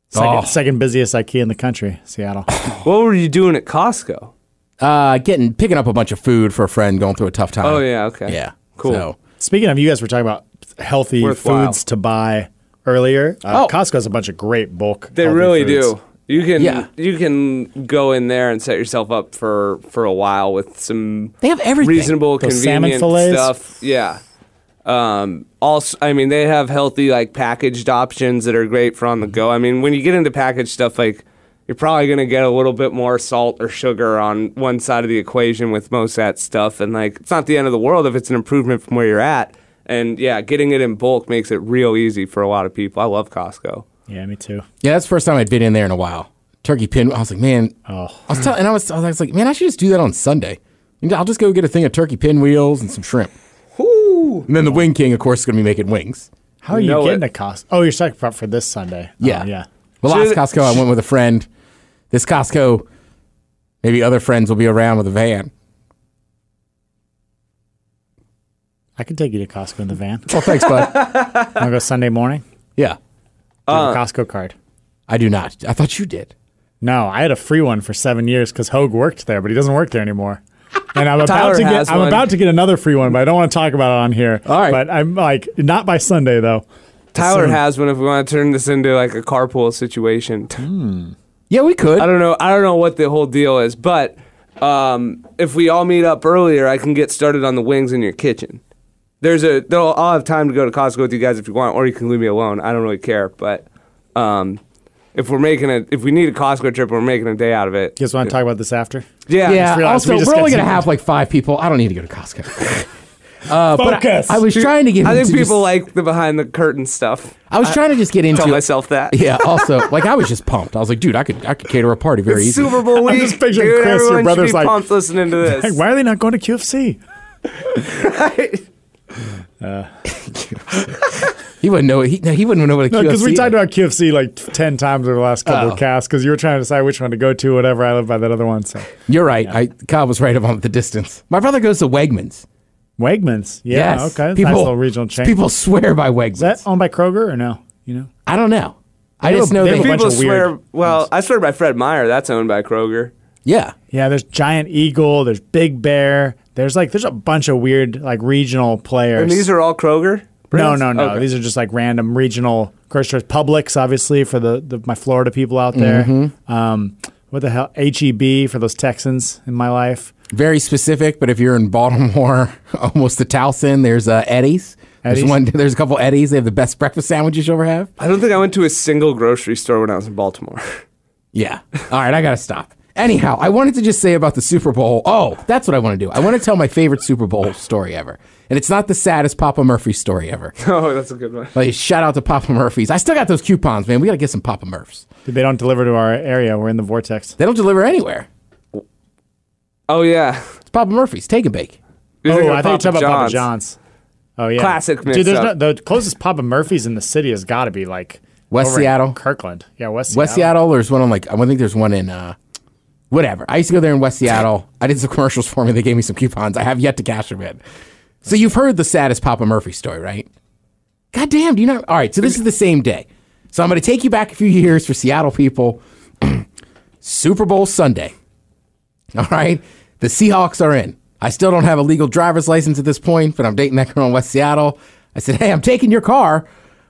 Speaker 4: Second,
Speaker 3: Oh.
Speaker 4: second busiest IKEA in the country, Seattle.
Speaker 2: what were you doing at Costco?
Speaker 3: Uh, getting picking up a bunch of food for a friend going through a tough time.
Speaker 2: Oh yeah, okay,
Speaker 3: yeah,
Speaker 2: cool.
Speaker 3: So,
Speaker 4: Speaking of, you guys were talking about healthy
Speaker 2: Worthwhile.
Speaker 4: foods to buy earlier. Uh,
Speaker 3: Oh.
Speaker 4: Costco has a bunch of great bulk.
Speaker 2: They
Speaker 4: healthy
Speaker 2: really
Speaker 4: foods.
Speaker 2: do. You can
Speaker 3: Yeah.
Speaker 2: you can go in there and set yourself up for for a while with some
Speaker 3: They have everything.
Speaker 2: reasonable
Speaker 4: Those salmon
Speaker 2: convenient
Speaker 4: fillets.
Speaker 2: stuff. Yeah. Um, also, I mean, they have healthy like packaged options that are great for on the go. I mean, when you get into packaged stuff, like you're probably gonna get a little bit more salt or sugar on one side of the equation with most of that stuff, and like it's not the end of the world if it's an improvement from where you're at. And yeah, getting it in bulk makes it real easy for a lot of people. I love Costco.
Speaker 4: Yeah, me too.
Speaker 3: Yeah, that's the first time I'd been in there in a while. Turkey pin. I was like, man.
Speaker 2: Oh.
Speaker 3: I was telling, and I was, I was like, man, I should just do that on Sunday. And I'll just go get a thing of turkey pinwheels and some shrimp. And then the Wing King, of course, is going to be making wings.
Speaker 4: How are you
Speaker 2: Know
Speaker 4: getting
Speaker 2: it.
Speaker 4: a Costco? Oh, you're talking about for this Sunday. Oh,
Speaker 3: Yeah.
Speaker 4: yeah.
Speaker 3: The last
Speaker 2: Should-
Speaker 3: Costco, I went with a friend. This Costco, maybe other friends will be around with a van.
Speaker 4: I can take you to Costco in the van.
Speaker 3: Well, thanks, bud.
Speaker 4: I'll go Sunday morning.
Speaker 3: yeah,
Speaker 4: Do you have a Costco card.
Speaker 3: I do not. I thought you did.
Speaker 4: No, I had a free one for seven years because Hogue worked there, but he doesn't work there anymore. And I'm about
Speaker 2: Tyler
Speaker 4: to
Speaker 2: has
Speaker 4: get I'm
Speaker 2: one.
Speaker 4: about to get another free one, but I don't want to talk about it on here.
Speaker 3: All right.
Speaker 4: But I'm like not by Sunday though.
Speaker 2: Tyler
Speaker 4: So-
Speaker 2: has one. If we want to turn this into like a carpool situation,
Speaker 3: Yeah, we could.
Speaker 2: I don't know. I don't know what the whole deal is, but um, if we all meet up earlier, I can get started on the wings in your kitchen. There's a. Though I'll have time to go to Costco with you guys if you want, or you can leave me alone. I don't really care. But um, if we're making a, if we need a Costco trip, we're making a day out of it.
Speaker 4: You guys want to talk about this after?
Speaker 2: Yeah.
Speaker 3: yeah.
Speaker 4: realized
Speaker 3: also,
Speaker 4: we just
Speaker 3: we are
Speaker 4: got
Speaker 3: only going to
Speaker 4: to-
Speaker 3: have like five people. I don't need to go to Costco. uh,
Speaker 4: Focus.
Speaker 3: But I, I was trying to get.
Speaker 2: I
Speaker 3: him
Speaker 2: think
Speaker 3: to
Speaker 2: people
Speaker 3: just-
Speaker 2: like the behind the curtain stuff.
Speaker 3: I was trying to just get into
Speaker 2: Tell
Speaker 3: it.
Speaker 2: myself that.
Speaker 3: Yeah. Also, like I was just pumped. I was like, dude, I could I could cater a party very easy.
Speaker 2: Super Bowl week.
Speaker 4: I'm just picturing
Speaker 2: dude,
Speaker 4: Chris, your
Speaker 2: everyone should
Speaker 4: brother's
Speaker 2: be
Speaker 4: like-
Speaker 2: pumped listening to this.
Speaker 4: Hey, why are they not going to QFC?
Speaker 3: He wouldn't know. He, no, he wouldn't know what a
Speaker 4: No,
Speaker 3: QFC.
Speaker 4: because we
Speaker 3: is.
Speaker 4: talked about QFC like t- ten times over the last couple
Speaker 3: Oh.
Speaker 4: of casts. Because you were trying to decide which one to go to, whatever. I live by that other one. So
Speaker 3: You're right. I Kyle was right about the distance. My brother goes to Wegmans.
Speaker 4: Wegmans, yeah,
Speaker 3: yes.
Speaker 4: okay,
Speaker 3: People,
Speaker 4: nice little regional chain.
Speaker 3: People swear by Wegmans.
Speaker 4: is that owned by Kroger or no? You know,
Speaker 3: I don't know. I
Speaker 4: They
Speaker 3: just
Speaker 4: have a-
Speaker 3: know
Speaker 4: they have
Speaker 3: that.
Speaker 4: a bunch
Speaker 2: People
Speaker 4: of
Speaker 2: swear.
Speaker 4: weird
Speaker 2: Well, I swear by Fred Meyer. That's owned by Kroger.
Speaker 3: Yeah.
Speaker 4: yeah. There's Giant Eagle. There's Big Bear. There's like there's a bunch of weird like regional players.
Speaker 2: And these are all Kroger.
Speaker 4: no,
Speaker 2: brands?
Speaker 4: no, no.
Speaker 2: Okay.
Speaker 4: These are just like random regional grocery stores. Publix, obviously, for the, the my Florida people out there.
Speaker 2: Mm-hmm.
Speaker 4: Um, what the hell? HEB for those Texans in my life.
Speaker 3: Very specific, but if you're in Baltimore, almost to Towson, there's uh, Eddie's. There's
Speaker 4: Eddie's?
Speaker 3: one. There's a couple Eddie's. They have the best breakfast sandwiches you'll ever have.
Speaker 2: I don't think I went to a single grocery store when I was in Baltimore.
Speaker 3: Yeah. All right, I got to stop. Anyhow, I wanted to just say about the Super Bowl. Oh, that's what I want to do. I want to tell my favorite Super Bowl story ever. And it's not the saddest Papa Murphy story ever.
Speaker 2: oh, that's a good one.
Speaker 3: Like, shout out to Papa Murphy's. I still got those coupons, man. We got to get some Papa Murphs.
Speaker 4: They don't deliver to our area. We're in the vortex.
Speaker 3: They don't deliver anywhere.
Speaker 2: Oh yeah.
Speaker 3: It's Papa Murphy's. Take a bake.
Speaker 2: You're
Speaker 4: oh,
Speaker 2: thinking of
Speaker 4: I thought you were talking about Papa John's. Oh yeah,
Speaker 2: Classic
Speaker 4: Dude, there's
Speaker 2: mix-up.
Speaker 4: no, the closest Papa Murphy's in the city has got to be like
Speaker 3: West
Speaker 4: over in
Speaker 3: Seattle?
Speaker 4: Kirkland. Yeah, West,
Speaker 3: West
Speaker 4: Seattle.
Speaker 3: Seattle, there's one on like, I think there's one in, uh, whatever. I used to go there in West Seattle. I did some commercials for me. They gave me some coupons. I have yet to cash them in. So you've heard the saddest Papa Murphy story, right? God damn, do you not? All right, so this is the same day. So I'm going to take you back a few years for Seattle people. Super Bowl Sunday. All right. The Seahawks are in. I still don't have a legal driver's license at this point, but I'm dating that girl in West Seattle. I said, Hey, I'm taking your car.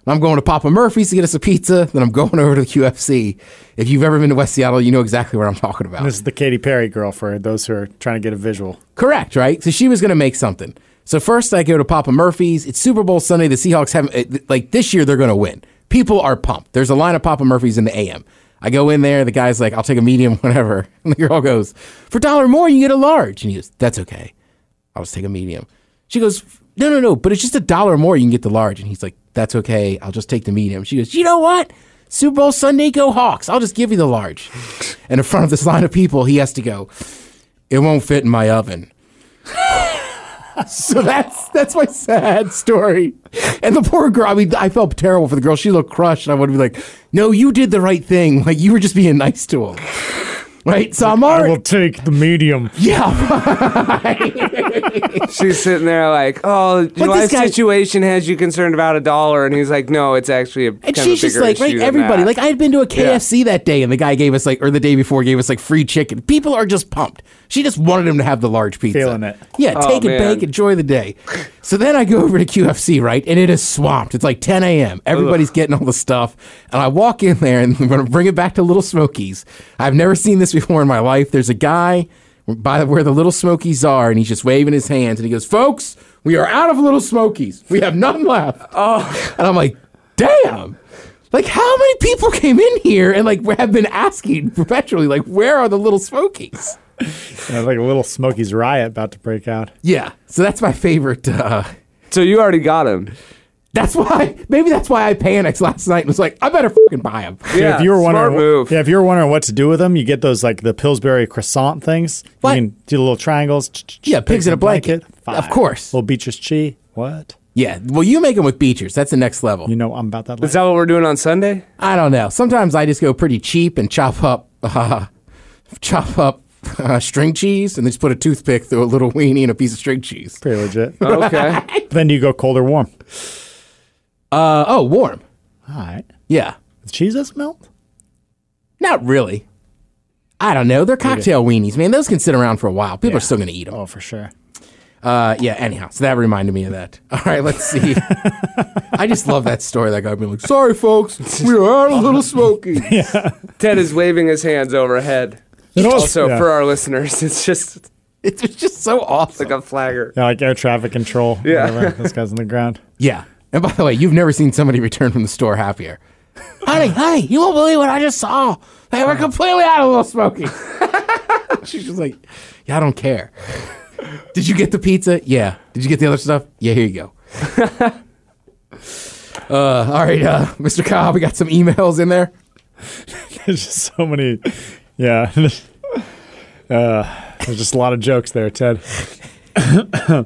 Speaker 3: and I'm going to Papa Murphy's to get us a pizza. Then I'm going over to the QFC. If you've ever been to West Seattle, you know exactly what I'm talking about.
Speaker 4: This is the Katy Perry girl for those who are trying to get a visual.
Speaker 3: Correct, right? So she was going to make something. So first, I go to Papa Murphy's. It's Super Bowl Sunday. The Seahawks have it- like this year they're going to win. People are pumped. There's a line of Papa Murphy's in the AM. I go in there. The guy's like, "I'll take a medium, whatever." And the girl goes, "For a dollar more, you get a large." And he goes, "That's okay. I'll just take a medium." She goes, "No, no, no. But it's just a dollar more. You can get the large." And he's like, "That's okay. I'll just take the medium." She goes, "You know what?" Super Bowl Sunday, go Hawks. I'll just give you the large. And in front of this line of people, he has to go, It won't fit in my oven. So that's that's my sad story. And the poor girl, I mean, I felt terrible for the girl. She looked crushed, and I would be like, "No, you did the right thing. Like you were just being nice to him, right?" So I'm
Speaker 4: I
Speaker 3: already,
Speaker 4: will take the medium.
Speaker 3: yeah,
Speaker 2: She's sitting there like, "Oh, your
Speaker 3: this
Speaker 2: life
Speaker 3: guy-
Speaker 2: situation has you concerned about a dollar," and he's like, "No, it's actually a."
Speaker 3: and
Speaker 2: kind of a
Speaker 3: she's just
Speaker 2: bigger
Speaker 3: like,
Speaker 2: issue
Speaker 3: right,
Speaker 2: than
Speaker 3: everybody.
Speaker 2: that.
Speaker 3: Like I had been to a KFC that day, and the guy gave us like, or the day before, gave us like free chicken. People are just pumped. She just wanted him to have the large pizza.
Speaker 4: Feeling it.
Speaker 3: Yeah,
Speaker 2: Oh,
Speaker 3: take it,
Speaker 2: man.
Speaker 3: bake, enjoy the day. So then I go over to QFC, right? And it is swamped. It's like 10 a.m. Everybody's getting all the stuff. And I walk in there and I'm going to bring it back to Little Smokies. I've never seen this before in my life. There's a guy by the- where the Little Smokies are, and he's just waving his hands and he goes, Folks, we are out of Little Smokies. We have none left. Oh. And I'm like, Damn. Like, how many people came in here and like have been asking perpetually, like, where are the Little Smokies?
Speaker 4: And it's like a little Smokies riot about to break out.
Speaker 3: Yeah. So that's my favorite. Uh,
Speaker 2: so you already got him.
Speaker 3: That's why. Maybe that's why I panicked last night and was like, I better fucking buy him.
Speaker 2: Yeah,
Speaker 4: if you were
Speaker 2: smart
Speaker 4: wondering,
Speaker 2: move.
Speaker 4: yeah, if you were wondering what to do with them, you get those like the Pillsbury croissant things.
Speaker 3: What?
Speaker 4: You can do the little triangles. ch- ch- ch-
Speaker 3: Yeah, pigs in a blanket. Of course.
Speaker 4: Little Beecher's chi. What?
Speaker 3: Yeah. Well, you make them with Beechers. That's the next level.
Speaker 4: You know, I'm about that.
Speaker 2: Is that what we're doing on Sunday?
Speaker 3: I don't know. Sometimes I just go pretty cheap and chop up, uh, chop up uh, string cheese, and just put a toothpick through a little weenie and a piece of string cheese.
Speaker 4: pretty legit.
Speaker 2: Okay.
Speaker 4: then you go cold or warm.
Speaker 3: Uh, oh, warm.
Speaker 4: All right.
Speaker 3: Yeah.
Speaker 4: The cheese doesn't melt.
Speaker 3: Not really. I don't know. They're cocktail weenies, man. Those can sit around for a while. People are still going to eat them.
Speaker 4: Oh, for sure.
Speaker 3: Uh, yeah. Anyhow, so that reminded me of that. All right, let's see. I just love that story. That guy being like, "Sorry, folks, we are out of Little Smoky."
Speaker 2: Ted is waving his hands overhead.
Speaker 4: al-
Speaker 2: also,
Speaker 4: yeah.
Speaker 2: for our listeners, it's just
Speaker 3: It's just so awesome.
Speaker 2: like a flagger.
Speaker 4: Yeah, like air traffic control.
Speaker 2: Yeah.
Speaker 4: whatever. this guy's on the ground.
Speaker 3: yeah. And by the way, you've never seen somebody return from the store happier. honey, honey, you won't believe what I just saw. They were completely out of Little Smoky. She's just like, yeah, I don't care. Did you get the pizza? Yeah. Did you get the other stuff? Yeah, here you go. uh, all right, uh, Mr. Cobb, we got some emails in there.
Speaker 4: There's just so many. Yeah. uh, there's just a lot of jokes there, Ted.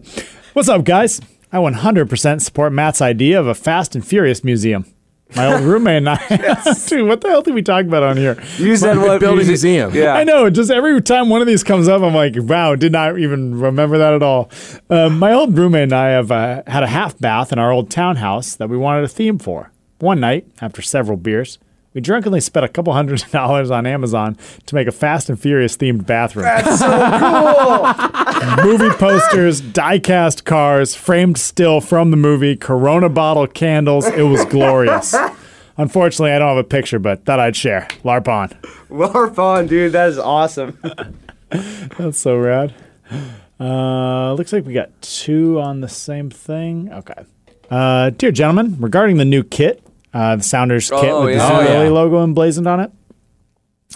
Speaker 4: What's up, guys? I 100% support Matt's idea of a Fast and Furious museum. My old roommate and I. Dude, what the hell did we talk about on here?
Speaker 2: You said what?
Speaker 3: build a
Speaker 2: music-
Speaker 3: museum.
Speaker 2: Yeah.
Speaker 4: I know. Just every time one of these comes up, I'm like, wow, did not even remember that at all. Um, my old roommate and I have uh, had a half bath in our old townhouse that we wanted a theme for. One night, after several beers, we drunkenly spent a couple hundred dollars on Amazon to make a Fast and Furious themed bathroom. That's so cool! movie posters, die-cast cars, framed still from the movie, Corona bottle candles. It was glorious. Unfortunately, I don't have a picture, but thought I'd share. LARP on.
Speaker 2: Larpon, dude, that is awesome.
Speaker 4: That's so rad. Uh, looks like we got two on the same thing. Okay. Uh, dear gentlemen, regarding the new kit, uh, the Sounders kit
Speaker 2: Oh,
Speaker 4: with
Speaker 2: yeah.
Speaker 4: the
Speaker 3: Oh,
Speaker 4: Zero
Speaker 3: yeah.
Speaker 4: logo emblazoned on it.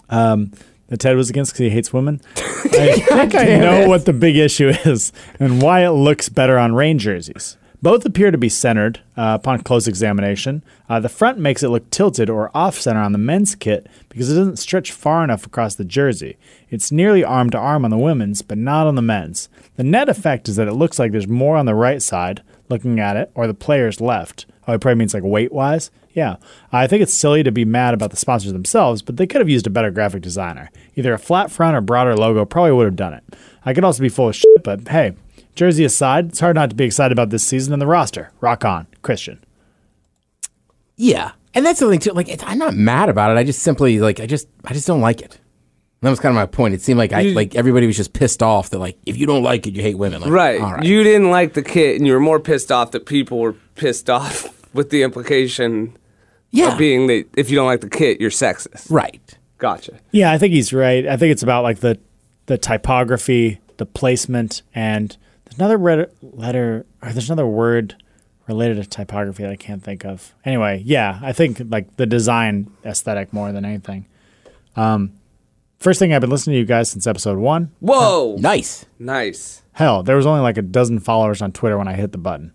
Speaker 4: Um, that Ted was against because he hates women. I think I know what the big issue is and why it looks better on rain jerseys. Both appear to be centered uh, upon close examination. Uh, the front makes it look tilted or off center on the men's kit because it doesn't stretch far enough across the jersey. It's nearly arm to arm on the women's, but not on the men's. The net effect is that it looks like there's more on the right side looking at it or the players left. Oh, it probably means like weight wise. Yeah. I think it's silly to be mad about the sponsors themselves, but they could have used a better graphic designer. Either a flat front or broader logo probably would have done it. I could also be full of shit, but hey, jersey aside, it's hard not to be excited about this season and the roster. Rock on, Christian.
Speaker 3: Yeah, and that's the thing too. Like, it's, I'm not mad about it. I just simply like, I just, I just don't like it. And that was kind of my point. It seemed like I, like everybody was just pissed off that like, if you don't like it, you hate women. Like,
Speaker 2: Right.
Speaker 3: All right.
Speaker 2: You didn't like the kit, and you were more pissed off that people were pissed off with the implication
Speaker 3: yeah.
Speaker 2: of being that if you don't like the kit, you're sexist.
Speaker 3: right.
Speaker 2: Gotcha.
Speaker 4: Yeah, I think he's right. I think it's about like the the typography, the placement, and there's another red letter or there's another word related to typography that I can't think of. Anyway, yeah, I think like the design aesthetic more than anything. Um, first thing I've been listening to you guys since episode one.
Speaker 2: Whoa.
Speaker 3: Nice.
Speaker 2: Nice.
Speaker 4: Hell, there was only like a dozen followers on Twitter when I hit the button.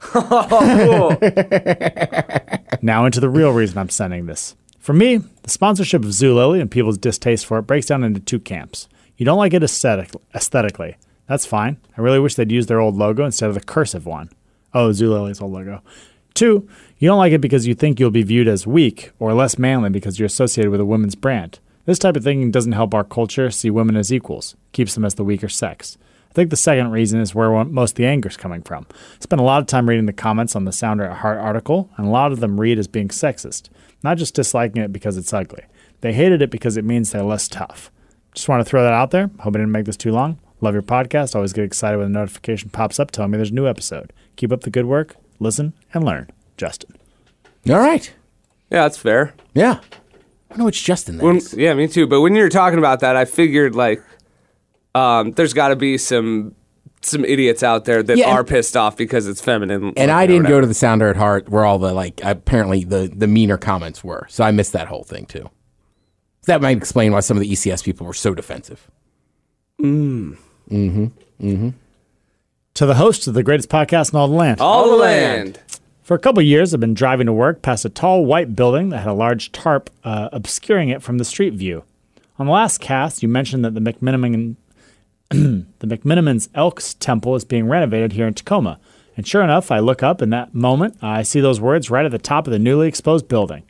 Speaker 4: now into the real reason I'm sending this. For me, the sponsorship of Zulily and people's distaste for it breaks down into two camps. You don't like it aesthetic- aesthetically. That's fine. I really wish they'd use their old logo instead of the cursive one. Oh, Zulily's old logo. Two, you don't like it because you think you'll be viewed as weak or less manly because you're associated with a women's brand. This type of thinking doesn't help our culture see women as equals, keeps them as the weaker sex. I think the second reason is where one- most of the anger is coming from. I spent a lot of time reading the comments on the Sounder at Heart article, and a lot of them read as being sexist, not just disliking it because it's ugly. They hated it because it means they're less tough. Just want to throw that out there. Hope I didn't make this too long. Love your podcast. Always get excited when a notification pops up telling me there's a new episode. Keep up the good work. Listen and learn. Justin.
Speaker 3: All right.
Speaker 2: Yeah, that's fair.
Speaker 3: Yeah. I know it's Justin. That
Speaker 2: When-
Speaker 3: is.
Speaker 2: Um, yeah, me too. But when you were talking about that, I figured like um, there's got to be some some idiots out there that
Speaker 3: Yeah, and-
Speaker 2: are pissed off because it's feminine.
Speaker 3: And I didn't go to the sounder at heart where all the like apparently the the meaner comments were. So I missed that whole thing too. That might explain why some of the ECS people were so defensive.
Speaker 4: To the host of the greatest podcast in all the land.
Speaker 2: all the land.
Speaker 4: For a couple of years, I've been driving to work past a tall white building that had a large tarp uh, obscuring it from the street view. On the last cast, you mentioned that the McMiniman, the McMiniman's Elks Temple is being renovated here in Tacoma. And sure enough, I look up in that moment, I see those words right at the top of the newly exposed building.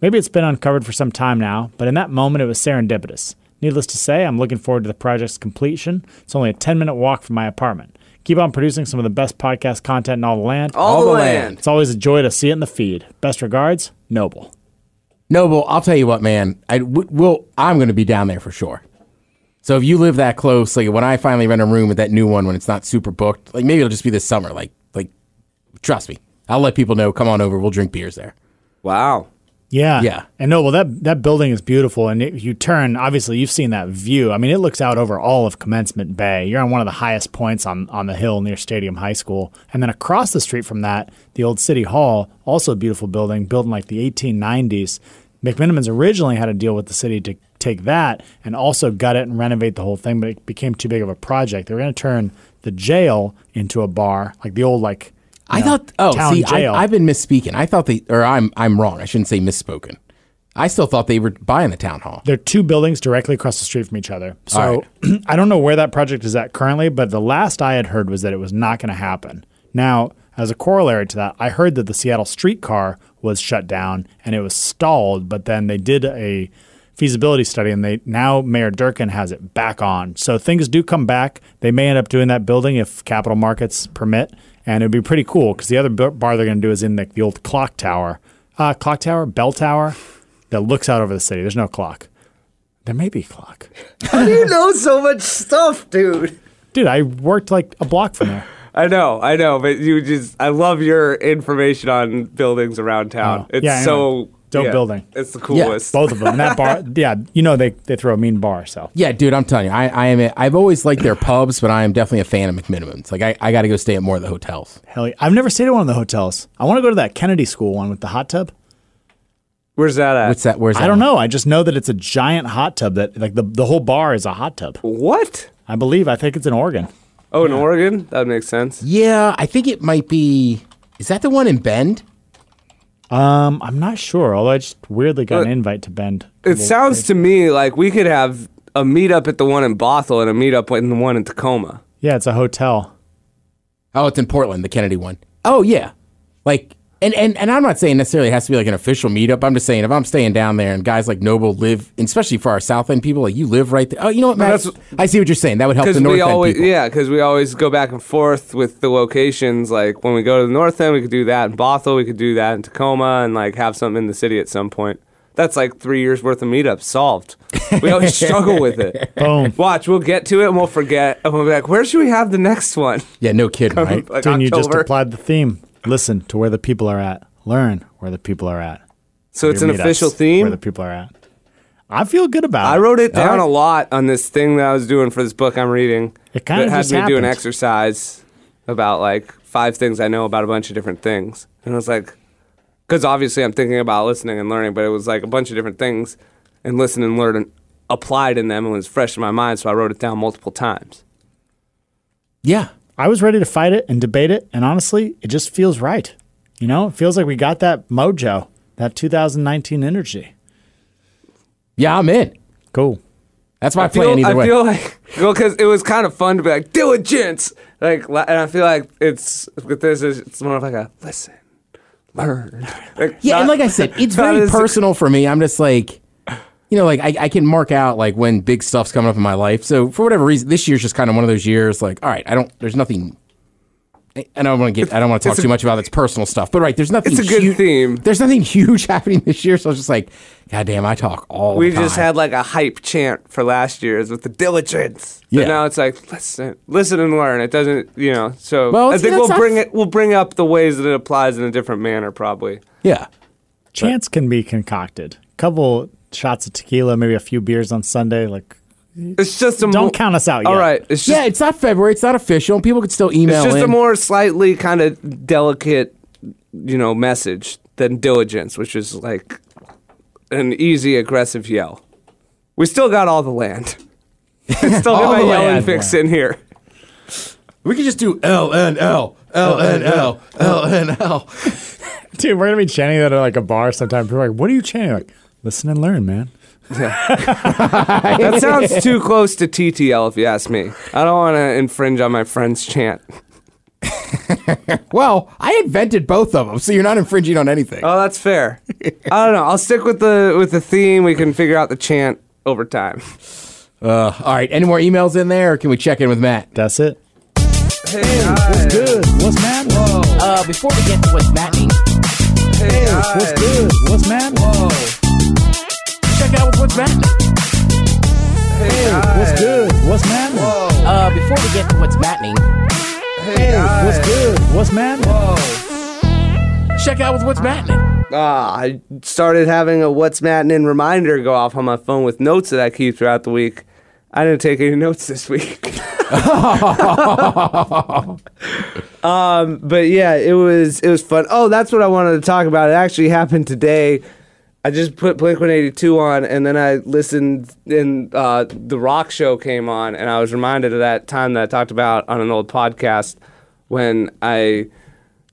Speaker 4: Maybe it's been uncovered for some time now, but in that moment it was serendipitous. Needless to say, I'm looking forward to the project's completion. It's only a 10 minute walk from my apartment. Keep on producing some of the best podcast content in all the land.
Speaker 2: All, the
Speaker 3: the
Speaker 2: land.
Speaker 3: land.
Speaker 4: It's always a joy to see it in the feed. Best regards, Noble.
Speaker 3: Noble, I'll tell you what, man. I w- will. I'm going to be down there for sure. So if you live that close, like when I finally rent a room at that new one when it's not super booked, like maybe it'll just be this summer. Like, like, trust me, I'll let people know. Come on over. We'll drink beers there.
Speaker 2: Wow.
Speaker 4: Yeah.
Speaker 3: Yeah.
Speaker 4: And Noble, that that building is beautiful. And it, you turn, obviously, you've seen that view. I mean, it looks out over all of Commencement Bay. You're on one of the highest points on, on the hill near Stadium High School. And then across the street from that, the old City Hall, also a beautiful building, built in like the 1890s. McMinimans originally had a deal with the city to take that and also gut it and renovate the whole thing, but it became too big of a project. They were going to turn the jail into a bar, like the old, like,
Speaker 3: I thought. Oh,
Speaker 4: town
Speaker 3: see,
Speaker 4: jail.
Speaker 3: I, I've been misspeaking. I thought they, or I'm, I'm wrong. I shouldn't say misspoken. I still thought they were buying the town hall.
Speaker 4: They're two buildings directly across the street from each other. So
Speaker 3: All
Speaker 4: I don't know where that project is at currently, but the last I had heard was that it was not going to happen. Now, as a corollary to that, I heard that the Seattle streetcar was shut down and it was stalled, but then they did a feasibility study and they now Mayor Durkin has it back on. So things do come back. They may end up doing that building if capital markets permit, and it would be pretty cool because the other bu- bar they're going to do is in the, the old clock tower, uh, clock tower, bell tower that looks out over the city. There's no clock. There may be a clock.
Speaker 2: you know so much stuff, dude.
Speaker 4: Dude, I worked like a block from there.
Speaker 2: I know, I know, but you just I love your information on buildings around town.
Speaker 4: Oh,
Speaker 2: It's
Speaker 4: yeah, I know.
Speaker 2: so
Speaker 4: Dope
Speaker 2: yeah,
Speaker 4: building.
Speaker 2: It's the coolest.
Speaker 4: Both of them. And that bar, yeah, you know they, they throw a mean bar. So
Speaker 3: Yeah, dude, I'm telling you, I, I am. A, I've always liked their pubs, but I am definitely a fan of McMinimans. Like, I, I got to go stay at more of the hotels.
Speaker 4: hell, yeah. I've never stayed at one of the hotels. I want to go to that Kennedy School one with the hot tub.
Speaker 2: Where's that at?
Speaker 3: What's that? Where's that?
Speaker 4: I don't know. I just know that it's a giant hot tub that like the the whole bar is a hot tub.
Speaker 2: What?
Speaker 4: I believe. I think it's in Oregon.
Speaker 2: Oh, in Oregon? That makes sense.
Speaker 3: Yeah, I think it might be. Is that the one in Bend?
Speaker 4: Um, I'm not sure. Although I just weirdly got an
Speaker 2: Uh,
Speaker 4: invite to Bend.
Speaker 2: It sounds to me like we could have a meetup at the one in Bothell and a meetup in the one in Tacoma.
Speaker 4: Yeah, it's a hotel.
Speaker 3: Oh, it's in Portland, the Kennedy one. Oh yeah, like and and and I'm not saying necessarily it has to be like an official meetup. I'm just saying if I'm staying down there and guys like Noble live, and especially for our South End people, like you live right there. Oh, you know what, Matt?
Speaker 2: that's-
Speaker 3: I see what you're saying. That would help the
Speaker 2: Because
Speaker 3: North
Speaker 2: we always,
Speaker 3: End people.
Speaker 2: yeah, because we always go back and forth with the locations. Like when we go to the North End, we could do that in Bothell, we could do that in Tacoma, and like have something in the city at some point. That's like three years worth of meetups solved. We always struggle with it.
Speaker 4: Boom.
Speaker 2: Watch, we'll get to it and we'll forget, and we'll be like, "Where should we have the next one?"
Speaker 3: Yeah, no kidding, right?
Speaker 2: Like
Speaker 4: Dude, you just
Speaker 2: October.
Speaker 4: applied the theme. Listen to where the people are at. Learn where the people are at.
Speaker 2: So it's an
Speaker 4: Your meetups,
Speaker 2: official
Speaker 4: Where the
Speaker 2: theme.
Speaker 4: people are at. I feel good about
Speaker 2: I
Speaker 4: it.
Speaker 2: wrote it
Speaker 3: All
Speaker 2: down
Speaker 3: right.
Speaker 2: a lot on this thing that I was doing for this book I'm reading.
Speaker 4: It kinda
Speaker 2: that had
Speaker 4: just
Speaker 2: me do an
Speaker 4: happened.
Speaker 2: exercise about like five things I know about a bunch of different things, and I was like, because obviously I'm thinking about listening and learning, but it was like a bunch of different things, and listen and learn and applied in them and was fresh in my mind, so I wrote it down multiple times.
Speaker 3: Yeah,
Speaker 4: I was ready to fight it and debate it, and honestly, it just feels right. You know, it feels like we got that mojo, that 2019 energy.
Speaker 3: yeah, I'm in.
Speaker 4: Cool.
Speaker 3: That's my
Speaker 2: I feel,
Speaker 3: plan either
Speaker 2: I
Speaker 3: way.
Speaker 2: feel like well, because it was kind of fun to be like diligence, like, li- and I feel like it's with this is it's more of like a listen, learn. Like,
Speaker 3: Yeah, and
Speaker 2: not-
Speaker 3: like I said, it's
Speaker 2: not
Speaker 3: very
Speaker 2: as-
Speaker 3: personal for me. I'm just like, you know, like I, I can mark out like when big stuff's coming up in my life. So for whatever reason, this year's just kind of one of those years. Like, all right, I don't. There's nothing. I I don't want to get. I don't want to talk
Speaker 2: It's a-
Speaker 3: too much about it. it's personal stuff. But right, there's nothing.
Speaker 2: It's a good
Speaker 3: huge-
Speaker 2: theme.
Speaker 3: There's nothing huge happening this year. So I was just like, God damn, I talk all.
Speaker 2: We
Speaker 3: the time.
Speaker 2: just had like a hype chant for last year's with the diligence.
Speaker 3: Yeah.
Speaker 2: But now it's like listen, listen and learn. It doesn't, you know. So
Speaker 3: Well,
Speaker 2: I
Speaker 3: it's-
Speaker 2: think
Speaker 3: that's
Speaker 2: we'll
Speaker 3: not-
Speaker 2: bring it. We'll bring up the ways that it applies in a different manner, probably.
Speaker 3: Yeah.
Speaker 4: Chance can be concocted. Couple shots of tequila, maybe a few beers on Sunday. Like,
Speaker 2: It's just a
Speaker 4: Don't count us out
Speaker 2: All
Speaker 4: yet.
Speaker 2: right. It's just
Speaker 3: yeah, it's not February. It's not official. People could still email.
Speaker 2: it's just a
Speaker 3: in.
Speaker 2: more slightly kind of delicate, you know, message than diligence, which is like an easy aggressive yell. We still got all the land. still got
Speaker 3: All
Speaker 2: my
Speaker 3: the
Speaker 2: yelling
Speaker 3: land.
Speaker 2: fix in here.
Speaker 3: We could just do L N L L N L L N L.
Speaker 4: dude, we're gonna be chanting that at like a bar sometime. People are like, "What are you chanting?" Like, listen and learn, man.
Speaker 2: That sounds too close to TTL, if you ask me. I don't want to infringe on my friend's chant.
Speaker 3: Well, I invented both of them, so you're not infringing on anything.
Speaker 2: Oh, that's fair. I don't know. I'll stick with the with the theme. We can figure out the chant over time.
Speaker 3: Uh, all right. Any more emails in there, or can we check in with Matt?
Speaker 4: That's it.
Speaker 2: Hey, guys.
Speaker 4: Good. What's mad?
Speaker 3: Uh, before we get to what's Matting,
Speaker 2: Hey, guys.
Speaker 4: What's good? What's mad?
Speaker 3: check out what's Matting.
Speaker 4: What's good? What's mad?
Speaker 3: Uh, before we get to what's Matting,
Speaker 4: Hey, what's good? What's mad?
Speaker 3: check out with what's Matting.
Speaker 2: Ah, I started having a what's matinin reminder go off on my phone with notes that I keep throughout the week. I didn't take any notes this week. um, but yeah, it was it was fun. Oh, that's what I wanted to talk about. It actually happened today. I just put Blink 182 on, and then I listened, and uh, the rock show came on, and I was reminded of that time that I talked about on an old podcast when I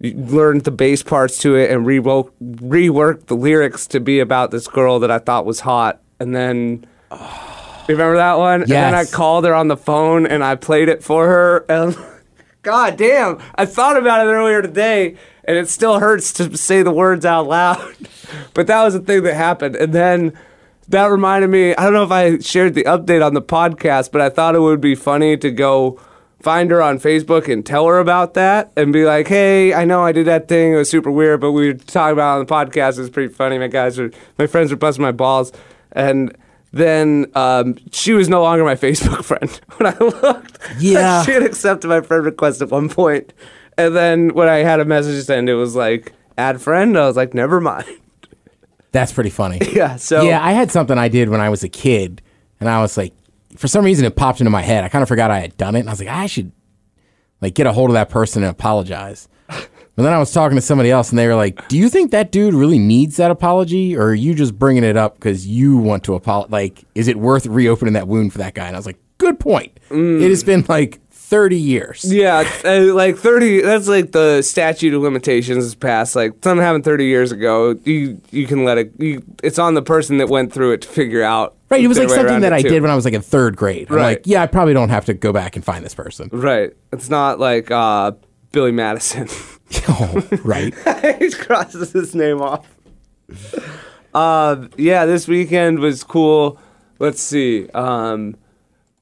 Speaker 2: learned the bass parts to it and rewoke, reworked the lyrics to be about this girl that I thought was hot. And then, remember that one? And then I
Speaker 3: Yes.
Speaker 2: called her on the phone and I played it for her. And God damn. I thought about it earlier today and it still hurts to say the words out loud. But that was the thing that happened. And then that reminded me, I don't know if I shared the update on the podcast, but I thought it would be funny to go find her on Facebook and tell her about that and be like, "Hey, I know I did that thing. It was super weird, but we were talking about it on the podcast. It was pretty funny. My guys were, my friends were busting my balls." And then um, she was no longer my Facebook friend when I looked.
Speaker 3: Yeah.
Speaker 2: she had accepted my friend request at one point, and then when I had a message send, it was like, "Add friend." I was like, "Never mind."
Speaker 3: That's pretty funny.
Speaker 2: Yeah. So
Speaker 3: Yeah, I had something I did when I was a kid, and I was like, for some reason, it popped into my head. I kind of forgot I had done it, and I was like, I should like get a hold of that person and apologize. But then I was talking to somebody else, and they were like, "Do you think that dude really needs that apology, or are you just bringing it up because you want to apologize? Like, is it worth reopening that wound for that guy?" And I was like, "Good point. It has been like thirty years."
Speaker 2: Yeah, uh, like thirty. That's like the statute of limitations is passed. Like something happened thirty years ago. You you can let it. You, it's on the person that went through it to figure out.
Speaker 3: Right, it was
Speaker 2: their
Speaker 3: like
Speaker 2: way
Speaker 3: something
Speaker 2: around
Speaker 3: that
Speaker 2: it,
Speaker 3: I
Speaker 2: too.
Speaker 3: did when I was like in third grade. I'm
Speaker 2: Right.
Speaker 3: like, yeah, I probably don't have to go back and find this person.
Speaker 2: Right. It's not like uh, Billy Madison.
Speaker 3: oh, right.
Speaker 2: he crosses his name off. Uh, yeah, this weekend was cool. Let's see. Um,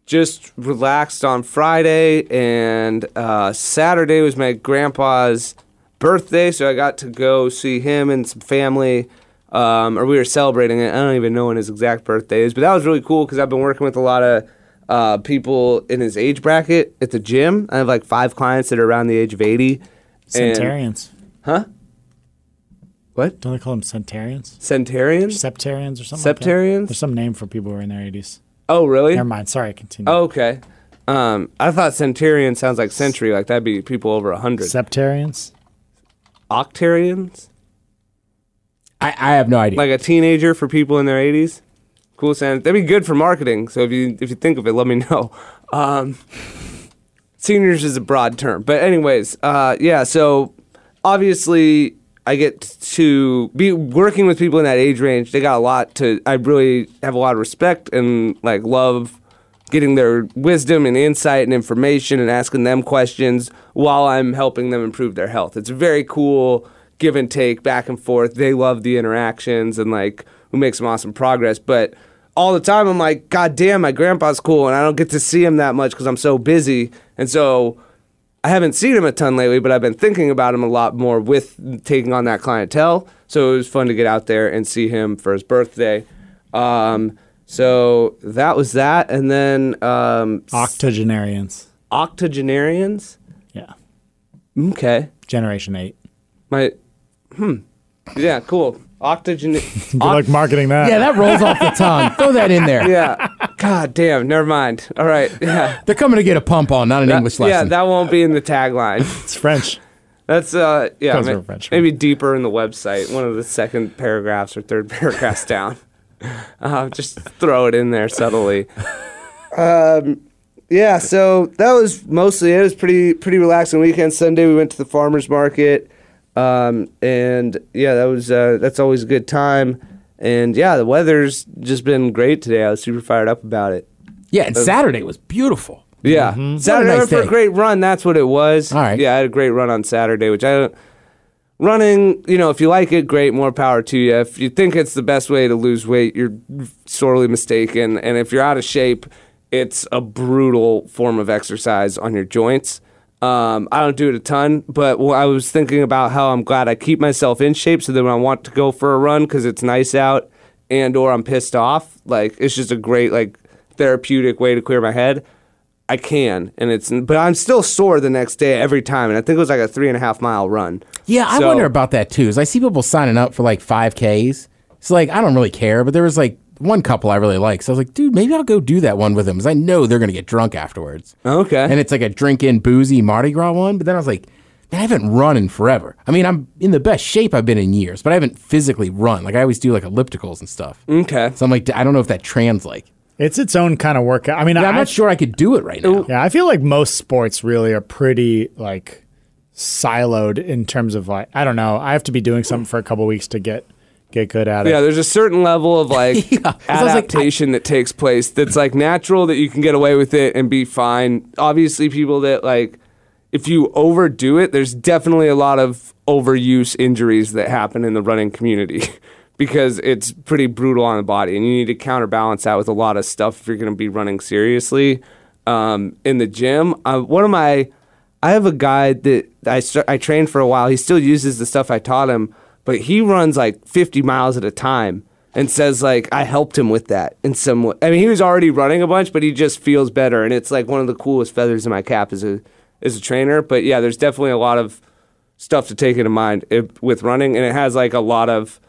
Speaker 2: just relaxed on Friday, and uh, Saturday was my grandpa's birthday, so I got to go see him and some family. Um, or we were celebrating it. I don't even know when his exact birthday is, but that was really cool because I've been working with a lot of uh, people in his age bracket at the gym. I have like five clients that are around the age of 80. and-
Speaker 4: Centarians.
Speaker 2: Huh? What?
Speaker 4: Don't they call them centarians?
Speaker 2: Centarians?
Speaker 4: Septarians or something? Like
Speaker 2: Septarians?
Speaker 4: that? There's some name for people who are in their 80s.
Speaker 2: Oh, really?
Speaker 4: Never mind. Sorry, continue.
Speaker 2: Oh, okay. Um, I thought centurion sounds like century, like that'd be people over a hundred.
Speaker 4: Septarians?
Speaker 2: Octarians,
Speaker 3: I, I have no idea.
Speaker 2: like a teenager for people in their eighties. Cool sound. That'd be good for marketing. So if you if you think of it, let me know. Um, seniors is a broad term, but anyways, uh, yeah. So obviously, I get to be working with people in that age range. They got a lot to. I really have a lot of respect and like love getting their wisdom and insight and information and asking them questions while I'm helping them improve their health. It's very cool give and take back and forth. They love the interactions and like we make some awesome progress, but all the time I'm like god damn my grandpa's cool and I don't get to see him that much cuz I'm so busy. And so I haven't seen him a ton lately, but I've been thinking about him a lot more with taking on that clientele. So it was fun to get out there and see him for his birthday. Um, so that was that, and then um,
Speaker 4: Octogenarians.
Speaker 2: octogenarians.
Speaker 4: Yeah.
Speaker 2: Okay,
Speaker 4: Generation 8.
Speaker 2: my hmm, yeah, cool. Octogen.
Speaker 4: Good luck marketing that.
Speaker 3: yeah, that rolls off the tongue. Throw that in there.
Speaker 2: yeah. God damn. Never mind. All right. Yeah.
Speaker 3: They're coming to get a pump on, not an English
Speaker 2: yeah.
Speaker 3: lesson.
Speaker 2: That won't be in the tagline.
Speaker 4: It's French.
Speaker 2: That's uh yeah
Speaker 4: Those
Speaker 2: ma-
Speaker 4: are French.
Speaker 2: maybe deeper in the website, one of the second paragraphs or third paragraphs down. Uh, just throw it in there subtly. Um, yeah, so that was mostly it. It was pretty pretty relaxing weekend. Sunday we went to the farmers market, um, and yeah, that was uh, that's always a good time. And yeah, the weather's just been great today. I was super fired up about it.
Speaker 3: yeah, and Saturday was beautiful.
Speaker 2: Yeah, Saturday
Speaker 3: What Mm-hmm. a nice
Speaker 2: went for a
Speaker 3: day.
Speaker 2: great run. That's what it was.
Speaker 3: All right.
Speaker 2: Yeah, I had a great run on Saturday, which I don't. Running, you know, if you like it, great, more power to you. If you think it's the best way to lose weight, you're sorely mistaken. And if you're out of shape, it's a brutal form of exercise on your joints. Um, I don't do it a ton, but wh- I was thinking about how I'm glad I keep myself in shape so that when I want to go for a run because it's nice out and or I'm pissed off, like it's just a great like therapeutic way to clear my head. I can, and it's but I'm still sore the next day every time, and I think it was like a three and a half mile run.
Speaker 3: Yeah, I
Speaker 2: So-
Speaker 3: wonder about that too. Is I see people signing up for like 5Ks. It's like, I don't really care, but there was like one couple I really liked. So I was like, dude, maybe I'll go do that one with them because I know they're going to get drunk afterwards.
Speaker 2: Okay.
Speaker 3: And it's like a drink in boozy Mardi Gras one. But then I was like, man, I haven't run in forever. I mean, I'm in the best shape I've been in years, but I haven't physically run. Like I always do like ellipticals and stuff.
Speaker 2: Okay,
Speaker 3: So I'm like, I don't know if that translates.
Speaker 4: It's its own kind of workout. I mean,
Speaker 3: Yeah,
Speaker 4: I,
Speaker 3: I'm not sure I could do it right now.
Speaker 4: Yeah, I feel like most sports really are pretty like siloed in terms of like I don't know. I have to be doing something for a couple weeks to get get good at it.
Speaker 2: yeah. There's a certain level of like
Speaker 3: I was like,
Speaker 2: adaptation that takes place that's like natural that you can get away with it and be fine. Obviously, people that like if you overdo it, there's definitely a lot of overuse injuries that happen in the running community because it's pretty brutal on the body, and you need to counterbalance that with a lot of stuff if you're going to be running seriously um, in the gym. Uh, one of my I have a guy that I st- I trained for a while. He still uses the stuff I taught him, but he runs like 50 miles at a time and says like I helped him with that in some way. I mean, he was already running a bunch, but he just feels better, and it's like one of the coolest feathers in my cap as a as a trainer. But yeah, there's definitely a lot of stuff to take into mind if, with running, and it has like a lot of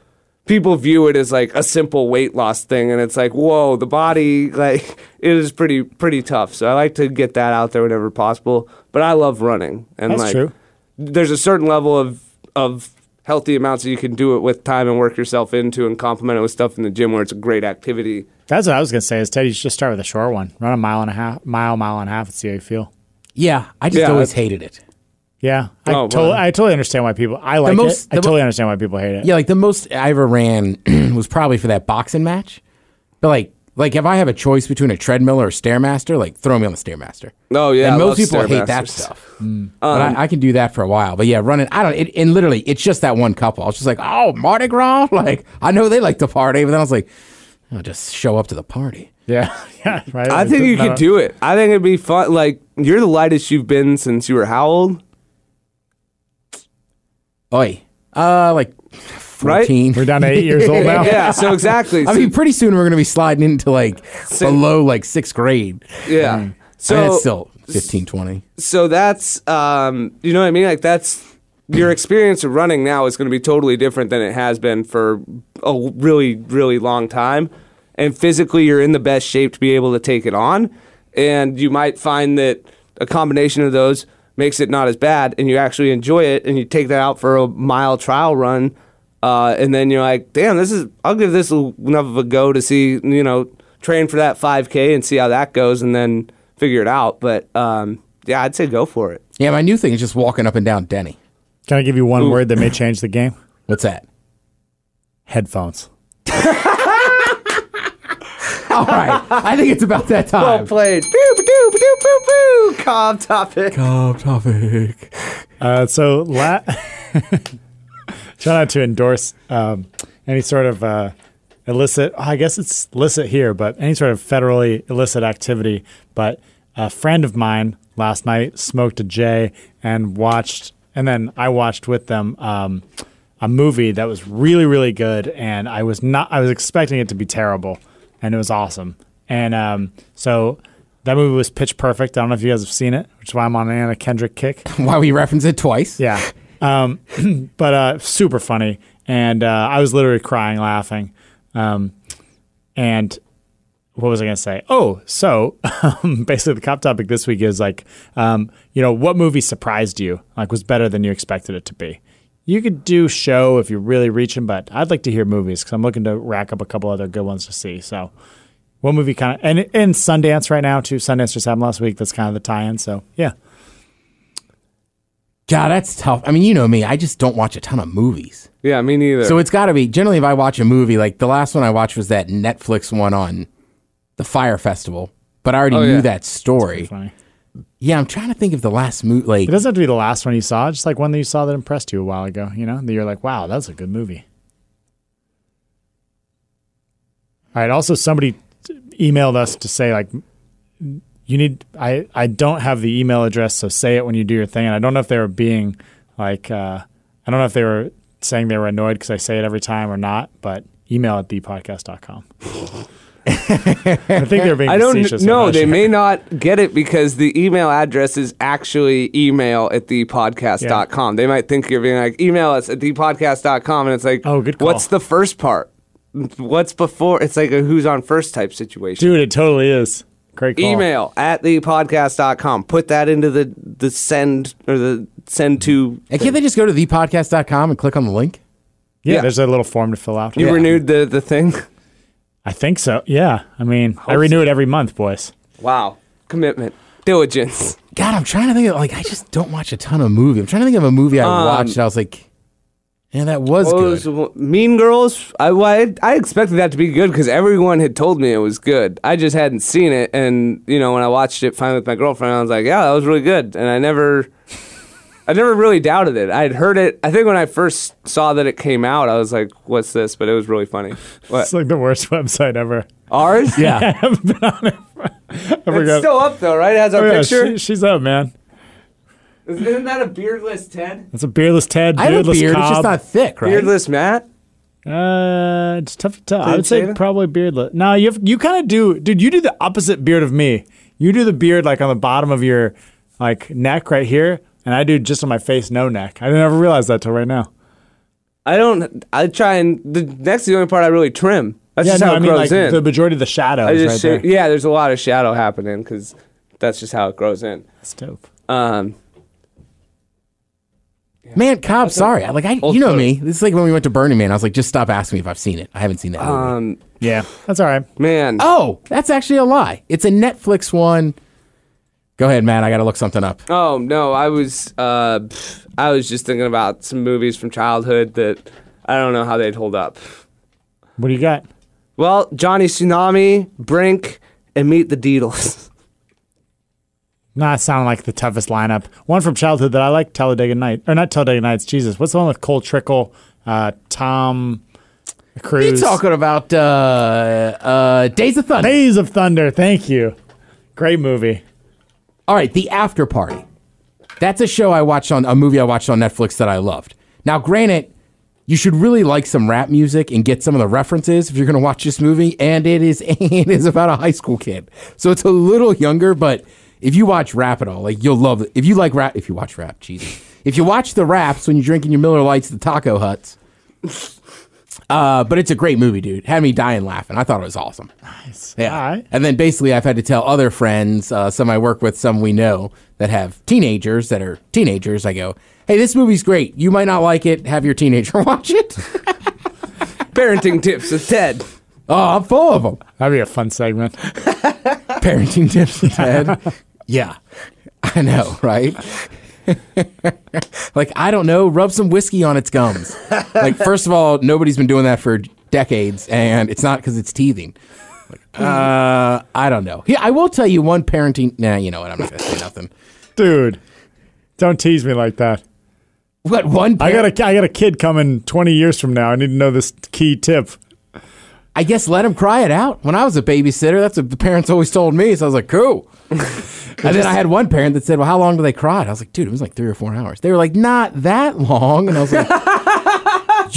Speaker 2: people view it as like a simple weight loss thing, and it's like whoa, the body like it is pretty pretty tough. So I like to get that out there whenever possible. But I love running, and
Speaker 4: That's
Speaker 2: like
Speaker 4: true.
Speaker 2: there's a certain level of of healthy amounts that you can do it with time and work yourself into and complement it with stuff in the gym where it's a great activity.
Speaker 4: That's what I was gonna say. Is Teddy you should just start with a short one, run a mile and a half, mile, mile and a half, and see how you feel.
Speaker 3: Yeah, I just
Speaker 2: Yeah,
Speaker 3: always
Speaker 2: that's-
Speaker 3: hated it.
Speaker 4: Yeah, I,
Speaker 2: Oh,
Speaker 4: totally,
Speaker 2: wow.
Speaker 4: I totally understand why people. I like
Speaker 3: most-
Speaker 4: it. I
Speaker 3: the mo-
Speaker 4: totally understand why people hate it.
Speaker 3: Yeah, like the most I ever ran was probably for that boxing match. But like, like if I have a choice between a treadmill or a stairmaster, like throw me on the stairmaster.
Speaker 2: Oh, yeah,
Speaker 3: and
Speaker 2: I love
Speaker 3: most
Speaker 2: Mm.
Speaker 3: people hate that
Speaker 2: Stairmasters.
Speaker 3: stuff. but I, I can do that for a while. But yeah, running, I don't. It, and literally, it's just that one couple. I was just like, oh, Mardi Gras. Like I know they like to party, but then I was like, I'll just show up to the party.
Speaker 4: yeah, yeah. Right.
Speaker 2: I think you could do it. I think it'd be fun. Like you're the lightest you've been since you were how old?
Speaker 3: Oi, uh, like
Speaker 2: Right?
Speaker 3: fourteen.
Speaker 4: We're down to eight years old now.
Speaker 2: Yeah. So exactly.
Speaker 3: I mean, pretty soon we're gonna be sliding into like
Speaker 2: So-
Speaker 3: below like sixth grade.
Speaker 4: Mm.
Speaker 2: yeah.
Speaker 3: So
Speaker 2: So
Speaker 3: it's still 15, 20.
Speaker 2: so that's um, you know what I mean? Like that's your experience of running now is going to be totally different than it has been for a really really long time, and physically you're in the best shape to be able to take it on, and you might find that a combination of those makes it not as bad, and you actually enjoy it, and you take that out for a mile trial run. Uh, and then you're like, damn, this is. I'll give this a- enough of a go to see, you know, train for that 5K and see how that goes, and then figure it out. But um, yeah, I'd say go for it.
Speaker 3: Yeah, my new thing is just walking up and down Denny.
Speaker 4: Can I give you one word that may change the game?
Speaker 3: What's that?
Speaker 4: Headphones.
Speaker 3: All right, I think it's about that time.
Speaker 2: played. Boo, boo, boo, boo, boo. Calm topic.
Speaker 3: Top topic.
Speaker 4: Uh, so, la- try not to endorse um, any sort of uh, illicit. I guess it's illicit here, but any sort of federally illicit activity. But a friend of mine last night smoked a J and watched, and then I watched with them um, a movie that was really, really good, and I was not. I was expecting it to be terrible, and it was awesome. And um, so. That movie was pitch perfect. I don't know if you guys have seen it, which is why I'm on an Anna Kendrick kick.
Speaker 3: Why we reference it twice?
Speaker 4: Yeah. Um, but uh, super funny. And uh, I was literally crying, laughing. Um, and what was I going to say? Oh, so um, basically, the cop topic this week is like, um, you know, what movie surprised you? Like, was better than you expected it to be? You could do show if you're really reaching, but I'd like to hear movies because I'm looking to rack up a couple other good ones to see. So, what movie kind of and and Sundance right now too? Sundance just happened last week. That's kind of the tie-in. So, yeah.
Speaker 3: God, that's tough. I mean, you know me. I just don't watch a ton of movies,
Speaker 2: Yeah, me neither.
Speaker 3: so it's got to be generally if I watch a movie. Like the last one I watched was that Netflix one on the Fire Festival, but I already
Speaker 2: Oh,
Speaker 3: knew
Speaker 2: yeah.
Speaker 3: that story.
Speaker 4: Funny.
Speaker 3: Yeah, I'm trying to think of the last movie. Like
Speaker 4: It doesn't have to be the last one you saw, just like one that you saw that impressed you a while ago, you know, that you're like, wow, that's a good movie. All right. Also, somebody emailed us to say, like, you need, I, I don't have the email address, so say it when you do your thing. And I don't know if they were being like, uh, I don't know if they were saying they were annoyed because I say it every time or not, but email at thepodcast.com. I think they're being
Speaker 2: I don't
Speaker 4: facetious. I'm
Speaker 2: know.
Speaker 4: not
Speaker 2: They
Speaker 4: sure.
Speaker 2: may not get it because the email address is actually email at thepodcast.com. They might think you're being like, email us at thepodcast.com. And it's like,
Speaker 4: Oh, good
Speaker 2: What's
Speaker 4: call.
Speaker 2: the first part? What's before? It's like a who's on first type situation.
Speaker 4: Dude, it totally is. Great call.
Speaker 2: Email at thepodcast.com. Put that into the, the send or the send to.
Speaker 3: And can't they just go to thepodcast.com and click on the link?
Speaker 4: Yeah,
Speaker 2: Yeah.
Speaker 4: there's a little form to fill out.
Speaker 2: You renewed the, the thing?
Speaker 4: I think so. Yeah. I mean, I renew it every month, boys.
Speaker 2: Wow. Commitment. Diligence. Um,
Speaker 3: God, I'm trying to think of like I just don't watch a ton of movie. I'm trying to think of a movie I watched. that I was like, Yeah, that was
Speaker 2: What
Speaker 3: good.
Speaker 2: was the one- mean Girls. I, well, I I expected that to be good because everyone had told me it was good. I just hadn't seen it, and you know when I watched it finally with my girlfriend, I was like, yeah, that was really good. And I never, I never really doubted it. I had heard it. I think when I first saw that it came out, I was like, what's this? But it was really funny. What
Speaker 4: It's like the worst website ever.
Speaker 2: ours?
Speaker 3: yeah.
Speaker 4: I
Speaker 2: It's
Speaker 4: forgot.
Speaker 2: still up though, right? It has our
Speaker 4: Oh, yeah,
Speaker 2: picture.
Speaker 4: she- she's up, man.
Speaker 2: Isn't that a beardless Ted?
Speaker 4: That's a beardless Ted,
Speaker 3: I have a
Speaker 4: beardless
Speaker 3: beard. It's just
Speaker 4: Cobb.
Speaker 3: not thick, right?
Speaker 2: Beardless Matt?
Speaker 4: Uh, it's tough to tell. I
Speaker 2: Did
Speaker 4: would say
Speaker 2: shave it?
Speaker 4: probably beardless. No, you have, you kind of do, dude. You do the opposite beard of me. You do the beard like on the bottom of your like neck right here, and I do just on my face, no neck. I never realized that till right now.
Speaker 2: I don't. I try and the next is the only part I really trim. That's
Speaker 4: yeah,
Speaker 2: just
Speaker 4: no,
Speaker 2: how it
Speaker 4: I mean
Speaker 2: grows
Speaker 4: like
Speaker 2: in.
Speaker 4: the majority of the shadow
Speaker 2: I
Speaker 4: is
Speaker 2: just
Speaker 4: right
Speaker 2: shave-
Speaker 4: there.
Speaker 2: yeah, there's a lot of shadow happening because that's just how it grows in.
Speaker 4: That's dope.
Speaker 2: Um,
Speaker 3: Man, Cobb, sorry. I- Like I,
Speaker 2: Old
Speaker 3: you know
Speaker 2: photo.
Speaker 3: me. This is like when we went to Burning Man. I was like, just stop asking me if I've seen it. I haven't seen that. movie.
Speaker 2: um,
Speaker 4: Yeah, that's all right.
Speaker 2: man,
Speaker 3: oh, that's actually a lie. It's a Netflix one. Go ahead, Matt. I got to look something up.
Speaker 2: oh no, I was uh, pff, I was just thinking about some movies from childhood that I don't know how they'd hold up.
Speaker 4: What do you got?
Speaker 2: Well, Johnny Tsunami, Brink, and Meet the Deedles.
Speaker 4: Nah, it sounded like the toughest lineup. One from childhood that I like, Talladega Night, or not Talladega Nights. Jesus, what's the one with Cole Trickle, uh, Tom
Speaker 3: You
Speaker 4: Cruise?
Speaker 3: talking about uh, uh, Days of Thunder?
Speaker 4: Days of Thunder. Thank you. Great movie.
Speaker 3: All right, The After Party. That's a show I watched on a movie I watched on Netflix that I loved. Now, granted, you should really like some rap music and get some of the references if you're going to watch this movie. And it is it is about a high school kid, so it's a little younger. But if you watch rap at all, like you'll love it. If you like rap, if you watch rap, Jesus, if you watch the raps when you're drinking your Miller Lights, at the Taco Huts. Uh, but it's a great movie, dude. Had me dying laughing. I thought it was awesome. Yeah.
Speaker 4: All right.
Speaker 3: And then basically, I've had to tell other friends, uh, some I work with, some we know that have teenagers that are teenagers. I go, hey, this movie's great. You might not like it. Have your teenager watch it.
Speaker 2: Parenting tips with Ted.
Speaker 3: oh, I'm full of them.
Speaker 4: That'd be a fun segment.
Speaker 3: Parenting tips, Ted. yeah. I know, right? like, I don't know. Rub some whiskey on its gums. like, first of all, nobody's been doing that for decades, and it's not because it's teething. Like, uh, I don't know. Yeah, I will tell you one parenting. Nah, you know what? I'm not going to say nothing.
Speaker 4: Dude, don't tease me like that.
Speaker 3: What one?
Speaker 4: I
Speaker 3: parent-
Speaker 4: got a I got a kid coming 20 years from now. I need to know this key tip.
Speaker 3: I guess let him cry it out. When I was a babysitter, that's what the parents always told me. So I was like, cool. and then I had one parent that said, well, how long do they cry? And I was like, dude, it was like three or four hours. They were like, not that long. And I was like,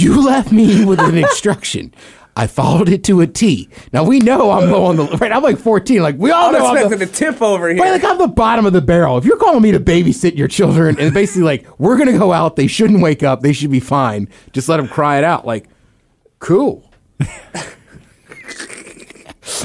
Speaker 3: you left me with an instruction. I followed it to a T. Now we know I'm low on the right. I'm like 14. Like we all
Speaker 2: I'm
Speaker 3: know I'm the,
Speaker 2: expecting a tip over here.
Speaker 3: Right, like I'm the bottom of the barrel. If you're calling me to babysit your children and basically like we're gonna go out, they shouldn't wake up, they should be fine. Just let them cry it out. Like, cool.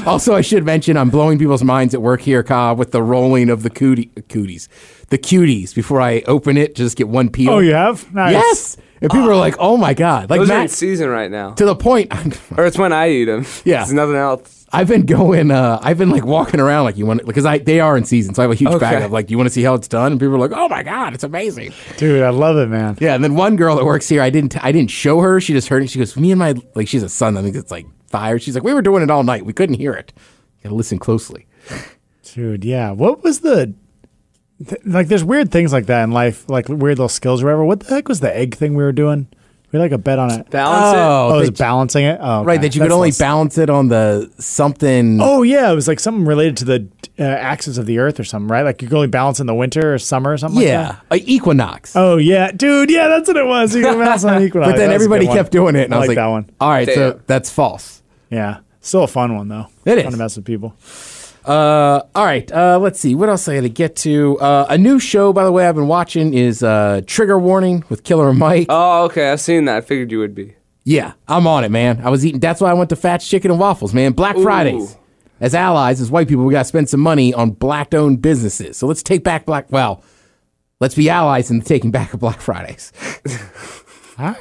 Speaker 3: also, I should mention I'm blowing people's minds at work here, Cobb, with the rolling of the cootie, cooties, the cuties. Before I open it, just get one peel.
Speaker 4: Oh, you have? Nice.
Speaker 3: Yes, and people are like, "Oh my god!" Like
Speaker 2: Those are in
Speaker 3: Matt,
Speaker 2: season right now,
Speaker 3: to the point.
Speaker 2: or it's when I eat them.
Speaker 3: Yeah.
Speaker 2: There's nothing else.
Speaker 3: I've been going. Uh, I've been like walking around like you want because I they are in season, so I have a huge bag
Speaker 2: Okay.
Speaker 3: of like you want to see how it's done, and people are like, "Oh my god, it's amazing!"
Speaker 4: Dude, I love it, man.
Speaker 3: Yeah, and then one girl that works here, I didn't I didn't show her. She just heard it. She goes, "Me and my like she's a son. I think it's like five. She's like, we were doing it all night. We couldn't hear it. Gotta listen closely.
Speaker 4: Dude, yeah. What was the th- like there's weird things like that in life, like weird little skills or whatever. What the heck was the egg thing we were doing? We had like a bet on it.
Speaker 2: Balance it.
Speaker 4: oh, it was
Speaker 3: that-
Speaker 4: balancing it. Oh,
Speaker 3: right.
Speaker 4: okay.
Speaker 3: That you could
Speaker 4: That's
Speaker 3: only
Speaker 4: less-
Speaker 3: balance it on the something.
Speaker 4: Oh yeah, it was like something related to the uh, axis of the Earth or something, right? Like you could only balance in the winter or summer or something. like that?
Speaker 3: yeah, a equinox.
Speaker 4: Oh yeah, dude. Yeah, that's what it was. You can bounce on equinox.
Speaker 3: but then
Speaker 4: That was a good
Speaker 3: everybody
Speaker 4: one.
Speaker 3: kept doing it, and I, was
Speaker 4: like
Speaker 3: like,
Speaker 4: that one.
Speaker 3: All right, so
Speaker 2: Damn.
Speaker 3: that's false.
Speaker 4: Yeah, still a fun one though.
Speaker 3: It is.
Speaker 4: fun to mess with people.
Speaker 3: Uh, all right. Uh, let's see. What else I got to get to? Uh, a new show, by the way, I've been watching is uh, Trigger Warning with Killer Mike.
Speaker 2: Oh, okay. I've seen that. I figured you would be.
Speaker 3: yeah, I'm on it, man. I was eating. That's why I went to Fats Chicken and Waffles, man. Black Fridays. As allies, as white people, we got to spend some money on black owned businesses. So let's take back black. Well, let's be allies in the taking back of Black Fridays.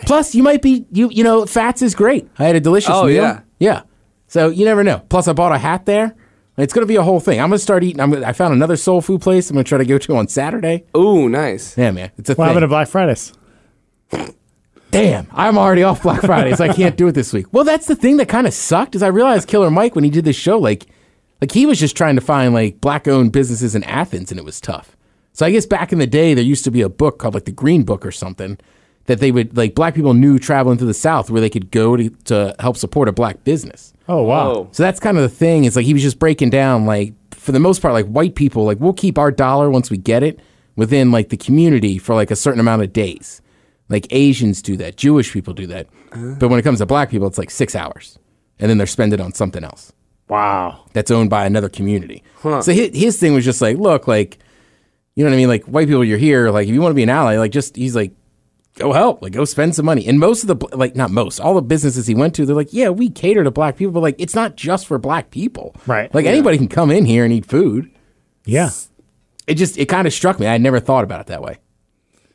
Speaker 3: Plus, you might be, you you know, Fats is great. I had a delicious
Speaker 2: Oh,
Speaker 3: meal.
Speaker 2: yeah.
Speaker 3: Yeah. So you never know. Plus, I bought a hat there. It's going to be a whole thing. I'm going to start eating. I'm gonna, I found another soul food place I'm going to try to go to on Saturday.
Speaker 2: Ooh, nice.
Speaker 3: Yeah, man. It's a
Speaker 4: What happened to
Speaker 3: thing.
Speaker 4: Black Fridays?
Speaker 3: damn, I'm already off Black Friday, so I can't do it this week. Well, that's the thing that kind of sucked is I realized Killer Mike when he did this show, like, like he was just trying to find like black-owned businesses in Athens, and it was tough. So I guess back in the day, there used to be a book called like the Green Book or something that they would like black people knew traveling through the South where they could go to, to help support a black business.
Speaker 4: Oh wow.
Speaker 2: Oh.
Speaker 3: So that's kind of the thing. It's like he was just breaking down, like, for the most part, like white people, like, we'll keep our dollar once we get it within like the community for like a certain amount of days. Like Asians do that, Jewish people do that. But when it comes to black people, it's like six hours. And then they're spending on something else
Speaker 4: Wow.
Speaker 3: that's owned by another community. So his, his thing was just like, look, like, you know what I mean? Like, white people, you're here. Like, if you want to be an ally, like, just, he's like, go help. Like, go spend some money. And most of the, bl- like, not most, all the businesses he went to, they're like, yeah, we cater to black people, but like, it's not just for black people.
Speaker 4: Right.
Speaker 3: Like, anybody can come in here and eat food.
Speaker 4: Yeah.
Speaker 3: It just, it kind of struck me. I had never thought about it that way.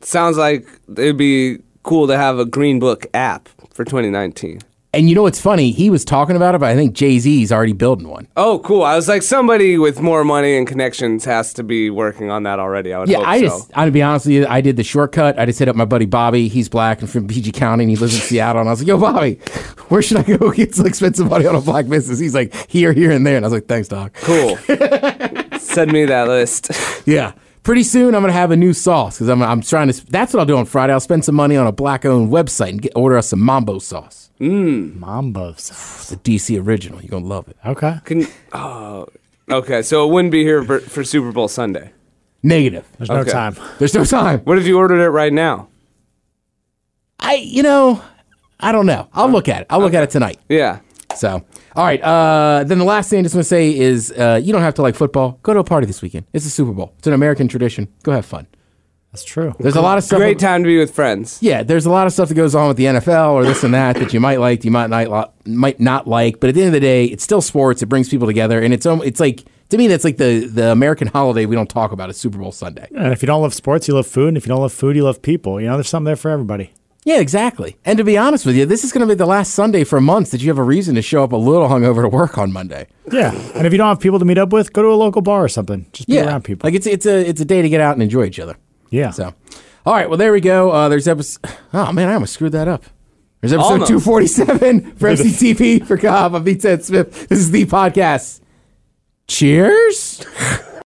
Speaker 2: Sounds like it'd be cool to have a Green Book app for 2019.
Speaker 3: And you know what's funny? He was talking about it, but I think Jay Z's already building one.
Speaker 2: Oh, cool. I was like, somebody with more money and connections has to be working on that already. I would
Speaker 3: Yeah,
Speaker 2: hope
Speaker 3: I
Speaker 2: so.
Speaker 3: just, I'd be honest with you, I did the shortcut. I just hit up my buddy Bobby. He's black and from PG County and he lives in Seattle. And I was like, yo, Bobby, where should I go get some expensive money on a black business? He's like, here, here, and there. And I was like, thanks, Doc.
Speaker 2: cool. Send me that list.
Speaker 3: Yeah. Pretty soon, I'm going to have a new sauce because I'm, I'm trying to. That's what I'll do on Friday. I'll spend some money on a black owned website and get, order us some Mambo sauce.
Speaker 4: Mambo.
Speaker 3: It's a DC original. You're going to love it.
Speaker 4: Okay.
Speaker 2: Can, oh, okay, so it wouldn't be here for, for Super Bowl Sunday.
Speaker 3: Negative.
Speaker 4: There's no
Speaker 2: Okay.
Speaker 4: time.
Speaker 3: There's no time.
Speaker 2: What if you ordered it right now?
Speaker 3: I, you know, I don't know. I'll look at it. I'll look at it tonight.
Speaker 2: Yeah.
Speaker 3: So, all right. Uh, then the last thing I just want to say is uh, you don't have to like football. Go to a party this weekend. It's the Super Bowl. It's an American tradition. Go have fun.
Speaker 4: That's true.
Speaker 3: There's a lot of stuff.
Speaker 2: Great time to be with friends.
Speaker 3: Yeah, there's a lot of stuff that goes on with the NFL or this and that that you might like, you might not li- might not like. But at the end of the day, it's still sports. It brings people together, and it's om- it's like to me that's like the the American holiday we don't talk about is Super Bowl Sunday.
Speaker 4: And if you don't love sports, you love food. And if you don't love food, you love people. You know, there's something there for everybody.
Speaker 3: Yeah, exactly. And to be honest with you, this is going to be the last Sunday for months that you have a reason to show up a little hungover to work on Monday.
Speaker 4: Yeah. and if you don't have people to meet up with, go to a local bar or something. Just be
Speaker 3: yeah,
Speaker 4: around people.
Speaker 3: Like it's it's a it's a day to get out and enjoy each other.
Speaker 4: yeah.
Speaker 3: So, all right. Well, there we go. Uh, there's episode. Oh man, I almost screwed that up. There's episode
Speaker 2: Almost.
Speaker 3: 247 for FCTP for Cobb. I'm B. Ted Smith. This is the podcast. Cheers.